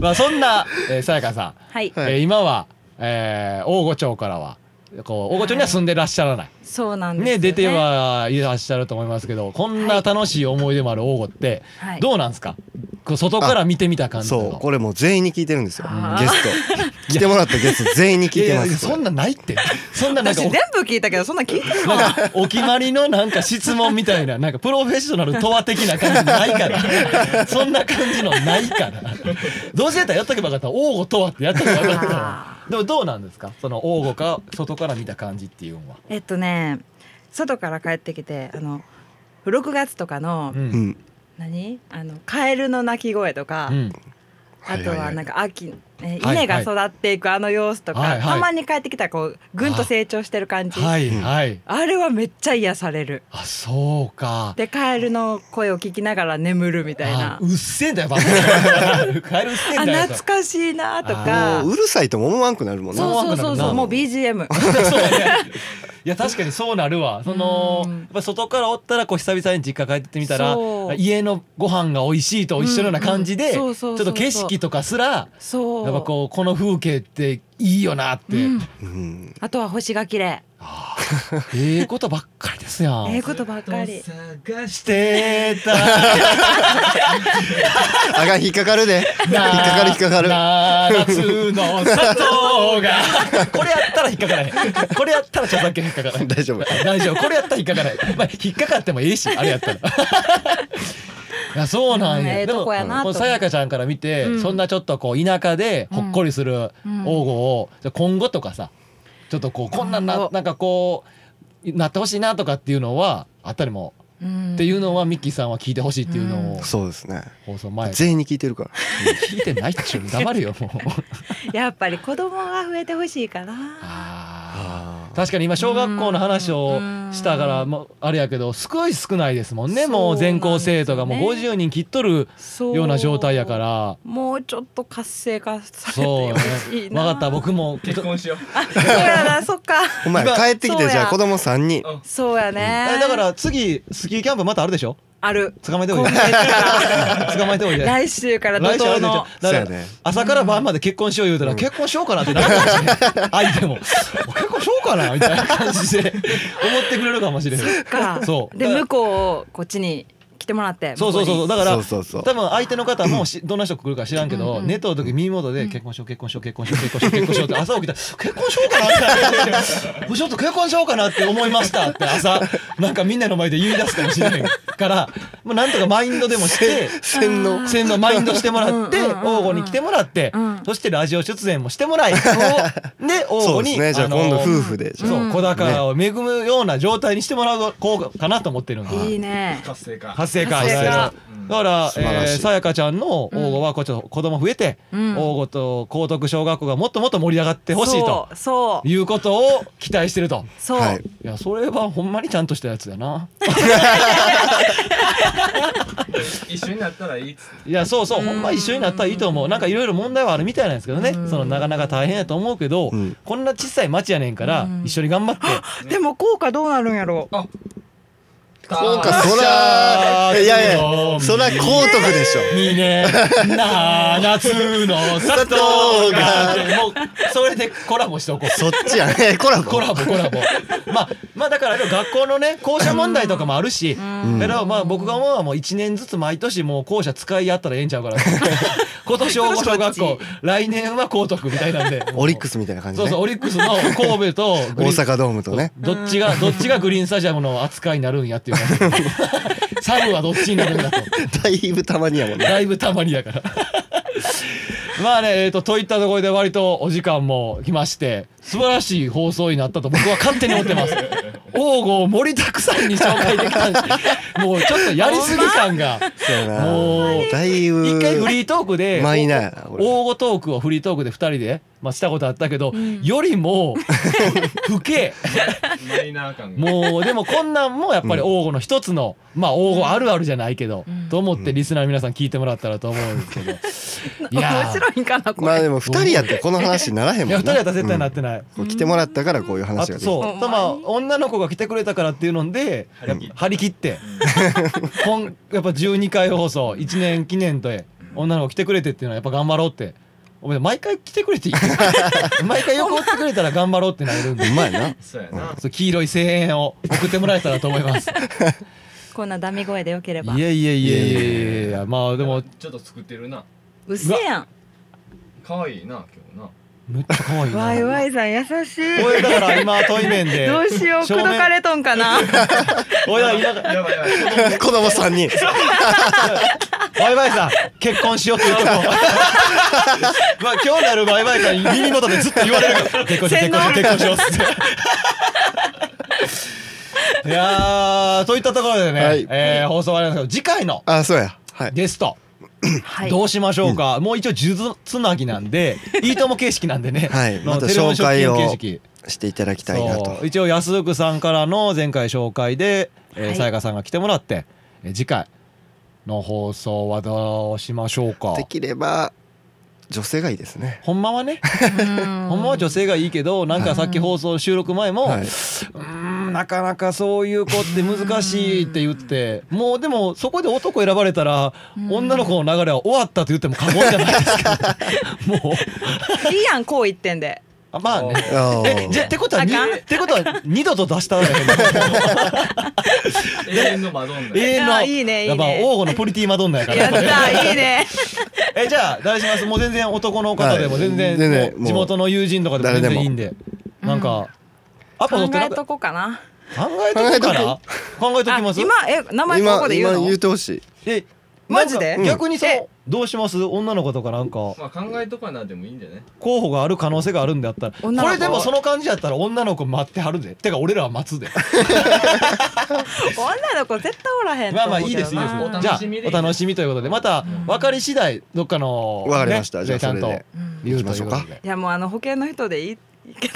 Speaker 1: まあそんなえーさやかさん
Speaker 4: はい、
Speaker 2: はい
Speaker 1: えー今は、えー、大御町からはこう大御町には住んでらっしゃらない、
Speaker 4: そうなんです
Speaker 1: ね
Speaker 4: よね
Speaker 1: 出てはいらっしゃると思いますけどこんな楽しい思い出もある大御って、
Speaker 4: はい
Speaker 1: どうなんですかこう外から見てみた感じ
Speaker 2: そう
Speaker 1: の
Speaker 2: これもう全員に聞いてるんですよ
Speaker 4: あー
Speaker 2: ゲス [laughs] ト来てもらったゲスト全員に聞いてま
Speaker 1: やや
Speaker 2: す
Speaker 1: そんなんない [laughs] ってそんななん
Speaker 4: 私
Speaker 1: か
Speaker 4: 全部聞いたけどそんなん聞いてる
Speaker 1: おなんかお決まりのなんか質問みたいななんかプロフェッショナルとは的な感じないから
Speaker 4: [laughs]
Speaker 1: そんな感じのないからどうせやったらやっとけばよかった大御とはってやっとけばよかった
Speaker 4: あ
Speaker 1: わでもどうなんですかその大御か外から見た感じっていうのは。
Speaker 4: えっとね外から帰ってきてあの6月とかの、
Speaker 1: うん
Speaker 2: うん
Speaker 4: 何あのカエルの鳴き声とか、
Speaker 1: うん
Speaker 4: あとはなんか秋、えー
Speaker 1: はい
Speaker 4: 稲が育っていくあの様子とか、
Speaker 1: はいはい
Speaker 4: たまに帰ってきたらこうぐんと成長してる感じ、
Speaker 1: はい
Speaker 2: うん
Speaker 1: はい。
Speaker 4: あれはめっちゃ癒される
Speaker 1: あそうか。
Speaker 4: でカエルの声を聞きながら眠るみたい
Speaker 1: あ
Speaker 4: な
Speaker 1: うっせえんだ
Speaker 4: [laughs]
Speaker 1: よバカ。カエルうっせえ
Speaker 4: あ
Speaker 1: んだよ。
Speaker 4: 懐かしいなと
Speaker 1: あ
Speaker 4: か
Speaker 2: もううるさいとも思わんくなるもん
Speaker 4: そう
Speaker 2: な
Speaker 4: そうそうそうもう BGM
Speaker 1: そうね。いや確かにそうなるわ。その
Speaker 4: うん
Speaker 1: やっぱ外からおったらこう久々に実家帰ってみたら
Speaker 4: そう
Speaker 1: 家のご飯が美味しいと一緒のような感じで、
Speaker 4: うんうん
Speaker 1: ち
Speaker 4: そ
Speaker 1: ょ
Speaker 4: うそうそう
Speaker 1: っと景色とかすら
Speaker 4: そう
Speaker 1: やっぱこうこの風景っていいよなって。
Speaker 4: うん
Speaker 2: うん
Speaker 4: あとは星が綺麗
Speaker 1: あーええことばっかりですやん。
Speaker 4: ええことばっかり
Speaker 3: ずっと探し
Speaker 1: しててた。
Speaker 2: あが引っかかるで引っかかる引っかかる
Speaker 1: 夏の里が
Speaker 2: [laughs]
Speaker 1: これやったら引っかからへんこれやったら著作権引っかからへん
Speaker 2: 大丈夫
Speaker 1: 大丈夫これやったら引っかからへんまあ引っかかってもいいしあれやったら [laughs] いやそうなんや、
Speaker 4: ええ
Speaker 1: で
Speaker 4: と
Speaker 1: も
Speaker 4: こやな
Speaker 1: ことうさやかちゃんから見て、
Speaker 4: うん
Speaker 1: そんなちょっとこう田舎でほっこりする
Speaker 4: うん
Speaker 1: 王吾を、じゃあ今後とかさちょっとこうこんなん
Speaker 4: 今
Speaker 1: な
Speaker 4: 後
Speaker 1: なんかこうなってほしいなとかっていうのはあったりも、
Speaker 4: うん
Speaker 1: っていうのはミッキーさんは聞いてほしいっていうのを
Speaker 2: そうですね
Speaker 1: 放送前
Speaker 2: 全員に聞いてるから
Speaker 1: 聞いてないっちゅう黙る
Speaker 4: [laughs]
Speaker 1: よもう。
Speaker 4: やっぱり子供が増えてほしいかな
Speaker 1: あー
Speaker 2: あー
Speaker 1: 確かに今小学校の話を
Speaker 4: うん
Speaker 1: したから
Speaker 4: も
Speaker 1: もうあれやけどすごい少ないですもんね
Speaker 4: そう
Speaker 1: もう全校生徒がもう
Speaker 4: なんですよ
Speaker 1: 50人切っとる
Speaker 4: う
Speaker 1: ような状態やから
Speaker 4: もうちょっと活性化されて
Speaker 1: そうね
Speaker 4: ほしい
Speaker 1: 分
Speaker 4: な
Speaker 1: かった僕も
Speaker 3: 結婚しよう
Speaker 4: あそうやなそっ
Speaker 1: [laughs]
Speaker 4: か
Speaker 2: お前
Speaker 1: 今
Speaker 2: 帰ってき
Speaker 4: そう
Speaker 2: て
Speaker 4: や
Speaker 2: じゃあ子供3人
Speaker 3: うん
Speaker 4: そうやね、
Speaker 1: えだから次スキーキャンプまたあるでしょ
Speaker 4: ある
Speaker 1: 捕まえておいて [laughs] 捕まえておいて
Speaker 4: 来週から怒
Speaker 1: 来週あ
Speaker 4: 涛
Speaker 1: るでし
Speaker 4: の
Speaker 1: ょ
Speaker 2: そう
Speaker 1: だか
Speaker 2: や
Speaker 1: ら
Speaker 2: ね
Speaker 1: 朝から晩まで結婚しよう言うたら、結婚しようか
Speaker 2: [laughs]
Speaker 1: なってなるかもしれない相手も結婚しようかなみたいな感じで思ってくれるかもしれない
Speaker 4: か
Speaker 1: [laughs] そう
Speaker 4: で
Speaker 1: だから
Speaker 4: 向こうをこっちに来てもらって
Speaker 1: そうそうそうそうだから
Speaker 2: そうそうそう
Speaker 1: 多分相手の方も
Speaker 2: [laughs]
Speaker 1: しどんな人来るか知らんけど、
Speaker 4: うんうん
Speaker 1: 寝とる時耳元で結婚しよう結婚しよう結婚しよう結婚しよう結婚しようって朝起きたら結婚しようかなってちょっと結婚しようかなって思いましたって朝なんかみんなの前で言い出すかもしれないから、まあ、なんとかマインドでもして。
Speaker 2: 洗脳
Speaker 1: 先のマインドしてもらって
Speaker 4: うんうんうんうん
Speaker 1: 王吾に来てもらって、
Speaker 4: うん
Speaker 1: そしてラジオ出演もしても
Speaker 4: [laughs]
Speaker 1: らい、で王
Speaker 2: そ
Speaker 1: 吾
Speaker 2: うで
Speaker 1: に、
Speaker 2: すねじゃあ
Speaker 1: あの
Speaker 2: 今度夫婦でじゃあ
Speaker 1: そう、
Speaker 4: うん
Speaker 1: 小宝を恵むような状態にしてもらうこうかなと思ってるんで、
Speaker 4: いいね
Speaker 3: 活性化
Speaker 1: 発生感
Speaker 4: 活性化
Speaker 1: だから、
Speaker 2: 素晴らしい
Speaker 1: えーさやかちゃんの王吾はこうちょっと子供増えて、
Speaker 4: うん
Speaker 1: 王吾と高徳小学校がもっともっと盛り上がってほしいと
Speaker 4: そう
Speaker 1: いうことを期待してると。
Speaker 4: そうそう、
Speaker 2: はい
Speaker 1: いやそれはほんまにちゃんとしたやつだな。
Speaker 3: 一緒になったらいいっつって
Speaker 1: いやそうそう
Speaker 4: うん
Speaker 1: ほんま一緒になったらいいと思うなんかいろいろ問題はあるみたいなんですけどね
Speaker 4: うん
Speaker 1: そのなかなか大変やと思うけど、
Speaker 2: うん
Speaker 1: こんな小さい町やねんから
Speaker 4: うん
Speaker 1: 一緒に頑張って、
Speaker 4: でも効果どうなるんやろう
Speaker 2: そうか
Speaker 3: あ
Speaker 2: そらいやいやそら高徳でしょ
Speaker 1: いいねな夏の砂糖がもうそれでコラボしておこう
Speaker 2: そっちやね [laughs] コラボ
Speaker 1: コラボコラボ [laughs] まあまあだから学校のね校舎問題とかもあるし、
Speaker 2: ん
Speaker 1: だからまあ僕が思うのはもう1年ずつ毎年もう校舎使い合ったらええんちゃう
Speaker 2: [laughs]
Speaker 1: から今年は小学校来年は高徳みたいなんで
Speaker 2: [laughs] オリックスみたいな感じ
Speaker 1: そう
Speaker 2: ね
Speaker 1: そうオリックスの神戸とグ
Speaker 2: 大
Speaker 1: リーン
Speaker 2: 阪ドームとね
Speaker 1: どっちがどっちがグリーンスタジアムの扱いになるんやっていう感じ
Speaker 2: [laughs]
Speaker 1: サブはどっちになるんだと
Speaker 2: だいぶたまにやもんね
Speaker 1: だいぶたまにやからまあねえー、とといったところで割とお時間も来まして素晴らしい放送になったと僕は勝手に思ってます王吾を盛りだくさんに紹介できたんでもうちょっとやりすぎ感が
Speaker 2: そうやな
Speaker 1: もう
Speaker 2: だいぶ
Speaker 1: 一回フリートークで
Speaker 2: マイナーやな俺
Speaker 1: 大ごトークをフリートークで2人で、まあ、したことあったけど、よりも不敬
Speaker 3: マイナー感が
Speaker 1: もうでもこんなんもやっぱり王吾の一つの、まあ王吾あるあるじゃないけど、と思ってリスナーの皆さん聞いてもらったらと思うんですけど、い [laughs]
Speaker 4: 面
Speaker 1: やー
Speaker 4: 白いんかなこれ、
Speaker 2: まあでも二人やってこの話にならへんもん
Speaker 1: い
Speaker 2: な
Speaker 1: や2人は絶対なってない、
Speaker 2: うんこう来てもらったからこういう
Speaker 1: あ
Speaker 2: 話ができ
Speaker 1: そ
Speaker 4: ほんま
Speaker 1: う
Speaker 4: に
Speaker 1: たまあ女の子が来てくれたからっていうので
Speaker 3: 張り切って
Speaker 1: 張り切って本やっぱ12回放送1年記念とえ女の子来てくれてっていうのはやっぱ頑張ろうってお前毎回来てくれていい [laughs] 毎回横追ってくれたら頑張ろうってなれるんで
Speaker 2: うまいな [laughs]
Speaker 3: そうやな
Speaker 1: そう黄色い声援を送ってもらえたらと思い [laughs] ます。
Speaker 4: こんなダミ声でよければ
Speaker 1: いやいやいやいやいやいや、まあでも
Speaker 3: ちょっと作ってるな
Speaker 4: うっせえやん
Speaker 3: 可愛いな今
Speaker 1: めっちゃ可愛いな。
Speaker 4: ワイワイさん優しい
Speaker 1: おいだから今トイメンで。
Speaker 4: どうしよう口
Speaker 1: 正
Speaker 4: 説
Speaker 1: 面
Speaker 4: かれとんかな
Speaker 1: おいだ
Speaker 3: 日
Speaker 1: か
Speaker 3: なやばいやばい
Speaker 2: 子供三人
Speaker 1: らワイワイさん結婚しようって言うと
Speaker 4: [laughs]
Speaker 1: こ。まあ今日なるワイワイさん耳元でずっと言われるから結婚しよう
Speaker 4: 洗脳
Speaker 1: 結婚しよう結婚しようっつって。いやーといったところでね、
Speaker 2: はい
Speaker 1: えー放送終わりなんですけど次回の
Speaker 2: あそうやはい
Speaker 1: ゲスト。
Speaker 4: はい
Speaker 1: どうしましょうか、もう一応数珠つなぎなんでいいとも形式なんでね、
Speaker 2: はい
Speaker 1: の
Speaker 2: また
Speaker 1: テレビ
Speaker 2: 紹介を
Speaker 1: ショッピング形式
Speaker 2: していただきたいな
Speaker 1: そ
Speaker 2: と
Speaker 1: う一応安福さんからの前回紹介で、え
Speaker 4: は
Speaker 1: ー、
Speaker 4: い
Speaker 1: さやかさんが来てもらって、えー次回の放送はどうしましょうか
Speaker 2: できれば女性がいいですね
Speaker 1: ほんまは
Speaker 4: [laughs]
Speaker 1: ね、
Speaker 4: うん
Speaker 1: ほんまは女性がいいけどなんかさっき放送収録前も、
Speaker 2: はいう
Speaker 1: ーんなかなかそういう子って難しいって言ってもうでもそこで男選ばれたら女の子の流れは終わったと言っても過言じゃないで
Speaker 2: [laughs]
Speaker 1: すかもう
Speaker 4: いいやんこう言ってんで
Speaker 1: あまあね
Speaker 2: [laughs] あー
Speaker 1: えじゃってことはに
Speaker 4: あかん
Speaker 1: ってことは二度と出したらやけど
Speaker 3: 永遠のマドンナ
Speaker 1: 永遠
Speaker 4: あ
Speaker 1: の
Speaker 4: ーいいねいいね
Speaker 1: やっぱ王吾のポリティマドンナやか
Speaker 4: やっ
Speaker 1: ら
Speaker 4: たいいね
Speaker 1: えじゃあ誰しますもう全然男の方でも
Speaker 2: はい
Speaker 1: 全然,、
Speaker 2: 全然もう
Speaker 1: 地元の友人とかでも全然いいんでなんか、アポ
Speaker 4: 考
Speaker 1: 取ってな
Speaker 4: え
Speaker 1: んか
Speaker 4: とこうかな
Speaker 1: 考えとくから考えと
Speaker 4: あ
Speaker 1: きます
Speaker 4: 今え名前こ
Speaker 2: 今
Speaker 4: こで言う
Speaker 2: 今
Speaker 4: の
Speaker 2: 言うてほしい
Speaker 1: え
Speaker 4: マジで
Speaker 1: なんか逆にそ
Speaker 4: え
Speaker 1: のどうします女の子とかなんか
Speaker 3: まあ考えとかなでもいいんじゃない
Speaker 1: 候補がある可能性があるんであったらこ
Speaker 4: 女の子
Speaker 1: れでもその感じやったら女の子待ってはるでてか俺らは待
Speaker 4: [laughs]
Speaker 1: つで
Speaker 4: 女の子絶対おらへんと
Speaker 1: まあ
Speaker 4: 思
Speaker 1: まあ
Speaker 4: う
Speaker 1: いい
Speaker 4: け
Speaker 1: で
Speaker 4: ど
Speaker 1: すいいです
Speaker 4: な
Speaker 3: お
Speaker 1: じゃあ
Speaker 3: 楽しみでいい
Speaker 1: お
Speaker 3: ね
Speaker 1: 楽しみということでまた分かり次第どっかの
Speaker 2: わかりましたじゃあ
Speaker 1: ちゃんと
Speaker 2: それで
Speaker 1: 言う
Speaker 2: 行きま
Speaker 1: とい
Speaker 2: しょ
Speaker 1: う
Speaker 2: う
Speaker 1: こ
Speaker 2: か
Speaker 1: とで
Speaker 4: いやもうあの保険の人でいいいいけど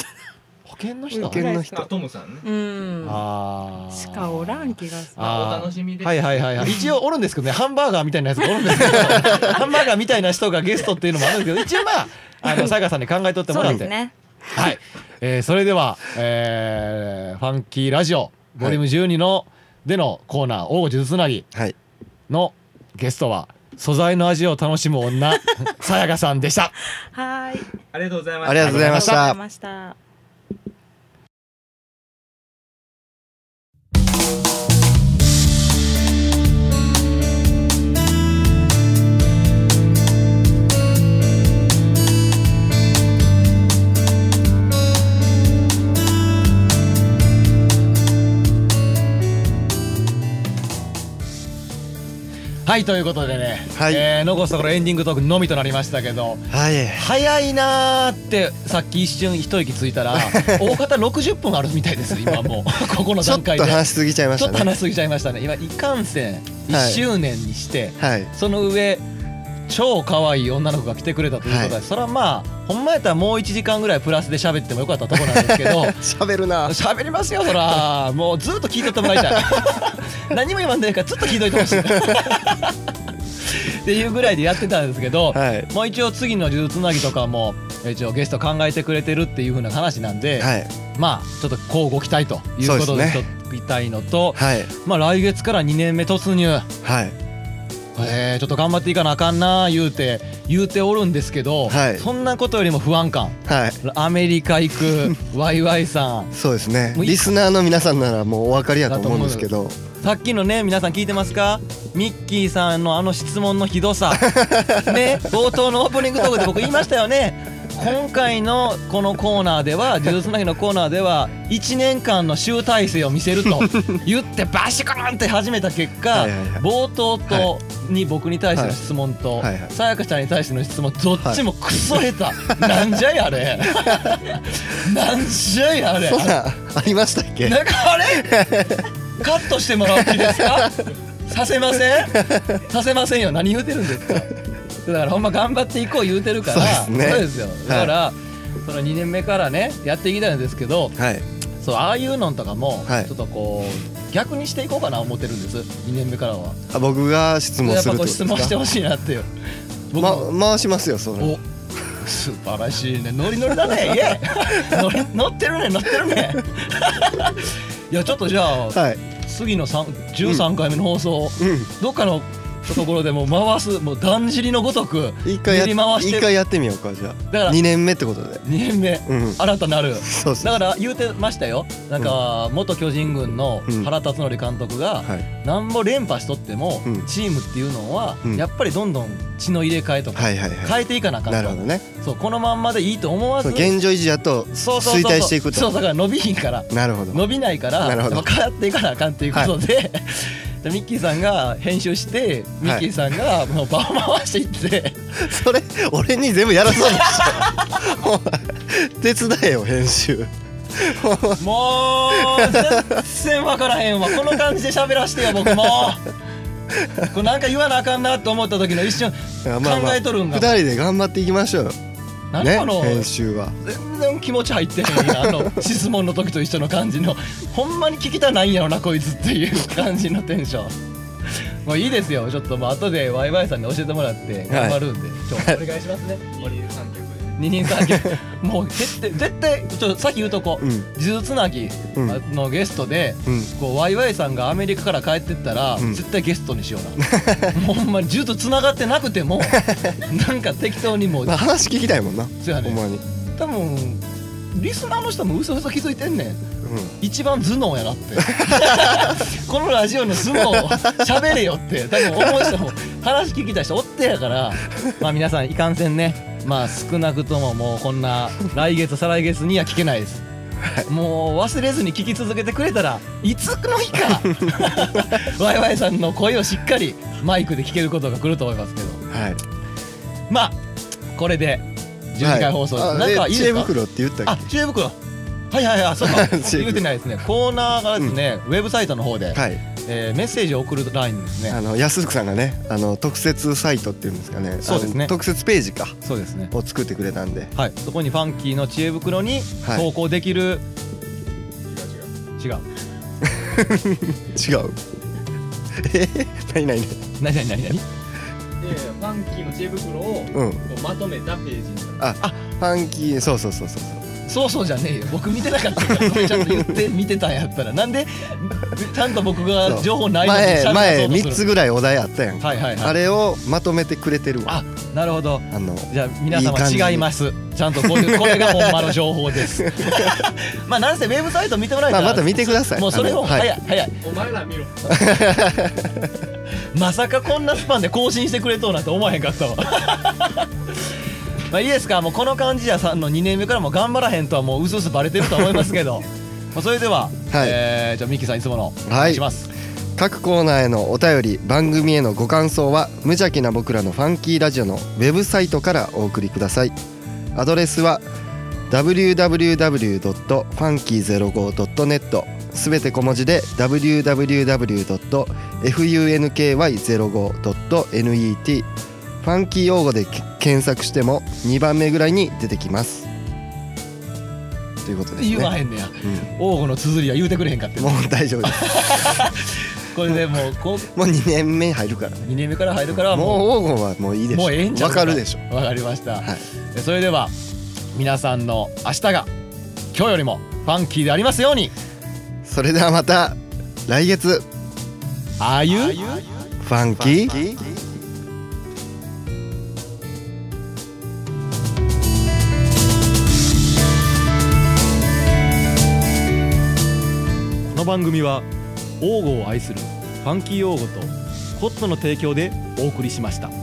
Speaker 1: 保犬の
Speaker 4: うん
Speaker 1: 人
Speaker 2: 犬の
Speaker 3: あ
Speaker 2: 人
Speaker 3: トムさんね
Speaker 4: うん
Speaker 1: あー
Speaker 4: しかおらん気がする
Speaker 1: あ
Speaker 3: ま
Speaker 1: ー
Speaker 3: あお楽しみで
Speaker 1: はいはいはいはい一応おるんですけどねハンバーガーみたいなやつがおるんですけ
Speaker 4: [laughs]
Speaker 1: どハンバーガーみたいな人がゲストっていうのもあるんですけど一応
Speaker 4: [laughs]
Speaker 1: まああの坂井さんに考えとっても
Speaker 4: そう
Speaker 1: らっ
Speaker 4: で
Speaker 1: て
Speaker 4: すね
Speaker 1: はい、えーそれでは、えーファンキーラジオボリューム12の、でのコーナー「大口ずつなぎ
Speaker 2: はい」
Speaker 1: のゲストは素材の味を楽しむ
Speaker 4: [laughs]
Speaker 1: 女さやかさんでした。
Speaker 4: はーい
Speaker 3: ありがとうございます
Speaker 2: ありがとうございまし
Speaker 4: ありがとうござい
Speaker 2: た
Speaker 4: ました
Speaker 1: はいということでね、
Speaker 2: はい
Speaker 1: えー残すところエンディングトークのみとなりましたけど
Speaker 2: はい
Speaker 1: 早いなーってさっき一瞬一息つ
Speaker 2: [laughs]
Speaker 1: いたら大方60分あるみたいです今もうここの
Speaker 2: ちょっ
Speaker 1: 段階で
Speaker 2: と話しすぎちゃいま
Speaker 1: ち
Speaker 2: し
Speaker 1: ょったと
Speaker 2: ね
Speaker 1: 話しすぎちゃいましたね今いかんせん1
Speaker 2: はい
Speaker 1: 周年にして、
Speaker 2: はい
Speaker 1: その上超可愛い女の子が来てくれたということで、
Speaker 2: はい
Speaker 1: それはまあほんまやったらもう1時間ぐらいプラスで喋ってもよかったとこなんです
Speaker 2: [laughs]
Speaker 1: けど
Speaker 2: 喋るな
Speaker 1: 喋りますよそらもうずっと聞いとってもらい
Speaker 2: [laughs]
Speaker 1: たい何も言わんでないからずっと聞いといてほしいっていうぐらいでやってたんですけど、
Speaker 2: はい
Speaker 1: もう一応次の「呪術つなぎ」とかも一応ゲスト考えてくれてるっていう風な話なんで、
Speaker 2: はい
Speaker 1: まあちょっとこうご期待ということ
Speaker 2: そう
Speaker 1: で
Speaker 2: で
Speaker 1: し
Speaker 2: す
Speaker 1: と
Speaker 2: ね
Speaker 1: きたいのと、
Speaker 2: はい
Speaker 1: まあ来月から2年目突入
Speaker 2: はい
Speaker 1: えーちょっと頑張っていかなあかんなあ言うて言うておるんですけど、
Speaker 2: はい
Speaker 1: そんなことよりも不安感
Speaker 2: はい
Speaker 1: アメリカ行くワイワイさん
Speaker 2: そうですね
Speaker 1: もういい
Speaker 2: リスナーの皆さんならもうお分かりやと思うんですけど
Speaker 1: さっきのね皆さん聞いてますかミッキーさんのあの質問のひ
Speaker 2: [laughs]
Speaker 1: どさね冒頭のオープニングトークで僕言いましたよね今回のこのコーナーでは「呪術つなぎ」のコーナーでは1年間の集大成を見せ
Speaker 2: [laughs]
Speaker 1: ると言ってバシコーンって始めた結果、
Speaker 2: はいはいはい
Speaker 1: 冒頭と、
Speaker 2: は
Speaker 1: に僕に対しての質問と、
Speaker 2: はいはい
Speaker 1: さやかちゃんに対しての質問どっちもクソ下手、なんじゃい
Speaker 2: [laughs]
Speaker 1: あれなんじゃいあれ
Speaker 2: そんなんありましたっけ
Speaker 1: なんかあ
Speaker 2: [laughs]
Speaker 1: れカットしてもらっていいですかさせませんさせませんよ何言うてるんですかだからほんま頑張っていこう言うてるから
Speaker 2: そうですね
Speaker 1: ですよだから、その2年目からねやっていきたいんですけど
Speaker 2: はい
Speaker 1: そうああいうのんとかも、
Speaker 2: はい
Speaker 1: ちょっとこう逆にしていこうかな思ってるんです2年目からは
Speaker 2: あ僕が質問
Speaker 1: やっ
Speaker 2: す
Speaker 1: ぱ
Speaker 2: るってこ
Speaker 1: こ
Speaker 2: と
Speaker 1: う質
Speaker 2: で
Speaker 1: 問し
Speaker 2: す
Speaker 1: て
Speaker 2: か
Speaker 1: ほしいなっていう僕も
Speaker 2: ま回しますよそれ
Speaker 1: お素晴らしいねノリノリだねイ
Speaker 2: [laughs]
Speaker 1: エー乗り乗ってるね乗ってるね [laughs] いやちょっとじゃあ、
Speaker 2: はい
Speaker 1: 次の三13回目の放送、
Speaker 2: うん
Speaker 1: どっかのところでもう回すもうだんじりのごとく
Speaker 2: 一回や
Speaker 1: 練り回して
Speaker 2: 一回やってみようかじゃ
Speaker 1: だから
Speaker 2: あ2年目ってことで
Speaker 1: 2年目、
Speaker 2: うん
Speaker 1: 新たなる
Speaker 2: そうです
Speaker 1: だ
Speaker 2: ね
Speaker 1: から言うてましたよなんか元巨人軍の
Speaker 2: うん
Speaker 1: 原辰徳監督が、
Speaker 2: はい
Speaker 1: なんぼ連覇しとっても、
Speaker 2: うん
Speaker 1: チームっていうのは、
Speaker 2: うん
Speaker 1: やっぱりどんどん血の入れ替えとか、
Speaker 2: はいはいは
Speaker 1: 変えていかなあか
Speaker 2: い
Speaker 1: ん
Speaker 2: な
Speaker 1: と
Speaker 2: るほどね
Speaker 1: そうこのまんまでいいと思わ
Speaker 2: そ
Speaker 1: ず
Speaker 2: の現状維持だと
Speaker 1: そうそうそう
Speaker 2: 衰退していくと
Speaker 1: そうだから伸びひんから
Speaker 2: なるほど
Speaker 1: 伸びないから
Speaker 2: なる
Speaker 1: や
Speaker 2: ほ
Speaker 1: っ
Speaker 2: ど
Speaker 1: ぱ変わっていかなあかんということで、 [laughs] でミッキーさんが編集してミッキーさんがもう場を回していって、
Speaker 2: [laughs] それ俺に全部やらそうでしょ [laughs] お前手伝えよ編集
Speaker 1: もう全然分からへんわこの感じで喋らしてよ僕
Speaker 2: [laughs]
Speaker 1: もこれなんか言わなあかんなと思った時の一瞬
Speaker 2: あまあま
Speaker 1: 考
Speaker 2: あ
Speaker 1: えとるん
Speaker 2: 二
Speaker 1: が
Speaker 2: 人で頑張っていきましょうよ
Speaker 1: 何
Speaker 2: ね
Speaker 1: この
Speaker 2: 編集は
Speaker 1: 全然気持ち入ってへんのにあ
Speaker 2: [laughs]
Speaker 1: の質問の時と一緒の感じのほんまに聞きたないんやろなこいつっていう感じのテンションもういいですよちょっともう後でワイワイさんに教えてもらって頑張るんで、今日お願いしますね
Speaker 3: 森三脚で
Speaker 1: 二人三脚
Speaker 2: [laughs]
Speaker 1: もう絶対絶対ちょっとさっき言うとこ
Speaker 2: うん
Speaker 1: 「呪術つなぎ」のゲストで、
Speaker 2: うん
Speaker 1: こうワイワイさんがアメリカから帰ってったら、
Speaker 2: うん
Speaker 1: 絶対ゲストにしようなもうほんまに呪術つながってなく
Speaker 2: [laughs]
Speaker 1: てもなんか適当にもう
Speaker 2: まあ話聞きたいもんな
Speaker 1: そうや
Speaker 2: ほ
Speaker 1: ね
Speaker 2: んまに
Speaker 1: 多分リスナーの人もうそ気づいてんねん
Speaker 2: う
Speaker 1: 一番頭脳やなって [laughs] このラジオの頭脳を喋れよって多分思う人も話聞きたい人おってやからまあ皆さんいかんせんねまあ少なくとももうこんな来月再来月には聞けないですもう忘れずに聞き続けてくれたらいつの日か [laughs] ワイワイさんの声をしっかりマイクで聞けることが来ると思いますけど
Speaker 2: んはい
Speaker 1: まあこれで12回放送です、
Speaker 2: はいあ
Speaker 1: なんかいい
Speaker 2: 知
Speaker 1: で
Speaker 2: 恵
Speaker 1: すか
Speaker 2: 袋って言った
Speaker 1: あ
Speaker 2: っ、
Speaker 1: 知恵袋。はいはいはい、そうか
Speaker 2: [laughs] 知恵袋
Speaker 1: 言うてないですね。コーナーがですね、ウェブサイトの方で、
Speaker 2: けはい
Speaker 1: えーメッセージを送るラインですね
Speaker 2: あの安福さんがねあの特設サイトっていうんですかね
Speaker 1: そうですね
Speaker 2: あの特設ページか
Speaker 1: そうですね
Speaker 2: を作ってくれたんで
Speaker 1: はいそこにファンキーの知恵袋に
Speaker 2: はい
Speaker 1: 投稿できる、
Speaker 3: 違う違
Speaker 1: 違う
Speaker 3: う
Speaker 2: 違う [laughs] え何何
Speaker 1: 何何何何
Speaker 3: いやいやファンキーの知恵袋をこ
Speaker 2: 何うん
Speaker 3: うまとめたページになる
Speaker 2: ああファンキーそうそうそうそう
Speaker 1: そうそうじゃねえよ僕見てなかったからそれちゃんと言って見てたんやったらなんでちゃんと僕が情報ないのに
Speaker 2: 前前
Speaker 1: 三
Speaker 2: 3つぐらいお題あったやんか
Speaker 1: はいはいはい
Speaker 2: あれをまとめてくれてるわ
Speaker 1: あなるほど
Speaker 2: あの
Speaker 1: じゃあ皆様
Speaker 2: いい感じに
Speaker 1: 違いますちゃんとこういうこれがほんまの情報です
Speaker 2: [laughs]
Speaker 1: まあなんせウェブサイト見てもらえ
Speaker 2: まあ
Speaker 1: たら、
Speaker 2: また見てください
Speaker 1: もうそれを
Speaker 2: あのは
Speaker 1: 早
Speaker 2: い
Speaker 1: い早い
Speaker 3: お前ら見ろ
Speaker 1: まさかこんなスパンで更新してくれとうなんて思わへんかったわまあいいですかもうこの感じじゃさんの2年目からも頑張らへんとはもううすうすバレてると思います
Speaker 2: [laughs]
Speaker 1: けどまあそれで
Speaker 2: は
Speaker 1: は、
Speaker 2: い
Speaker 1: えーじゃあミッキーさんいつものお
Speaker 2: は
Speaker 1: 願
Speaker 2: い
Speaker 1: いします、
Speaker 2: 各コーナーへのお便り番組へのご感想は無邪気な僕らのファンキーラジオのウェブサイトからお送りくださいアドレスは www.funky05.net すべて小文字で www.funky05.net ファンキー用語でけ検索しても2番目ぐらいに出てきますということです
Speaker 1: 言わ
Speaker 2: ね、
Speaker 1: へんねや
Speaker 2: うん
Speaker 1: 王吾の綴りは言うてくれへんかって
Speaker 2: もう大丈夫です
Speaker 1: これでもうこう
Speaker 2: もう2年目入るから
Speaker 1: 2年目から入るからはもう
Speaker 2: もう黄金はもういいでしょ
Speaker 1: もうええんちゃう
Speaker 2: わかるでしょ
Speaker 1: わかりました、
Speaker 2: はい
Speaker 1: でそれでは皆さんの明日が今日よりもファンキーでありますように
Speaker 2: それではまた来月
Speaker 1: あゆゆ
Speaker 2: ファンキー
Speaker 1: この番組は王語を愛するファンキー王語とコットの提供でお送りしました。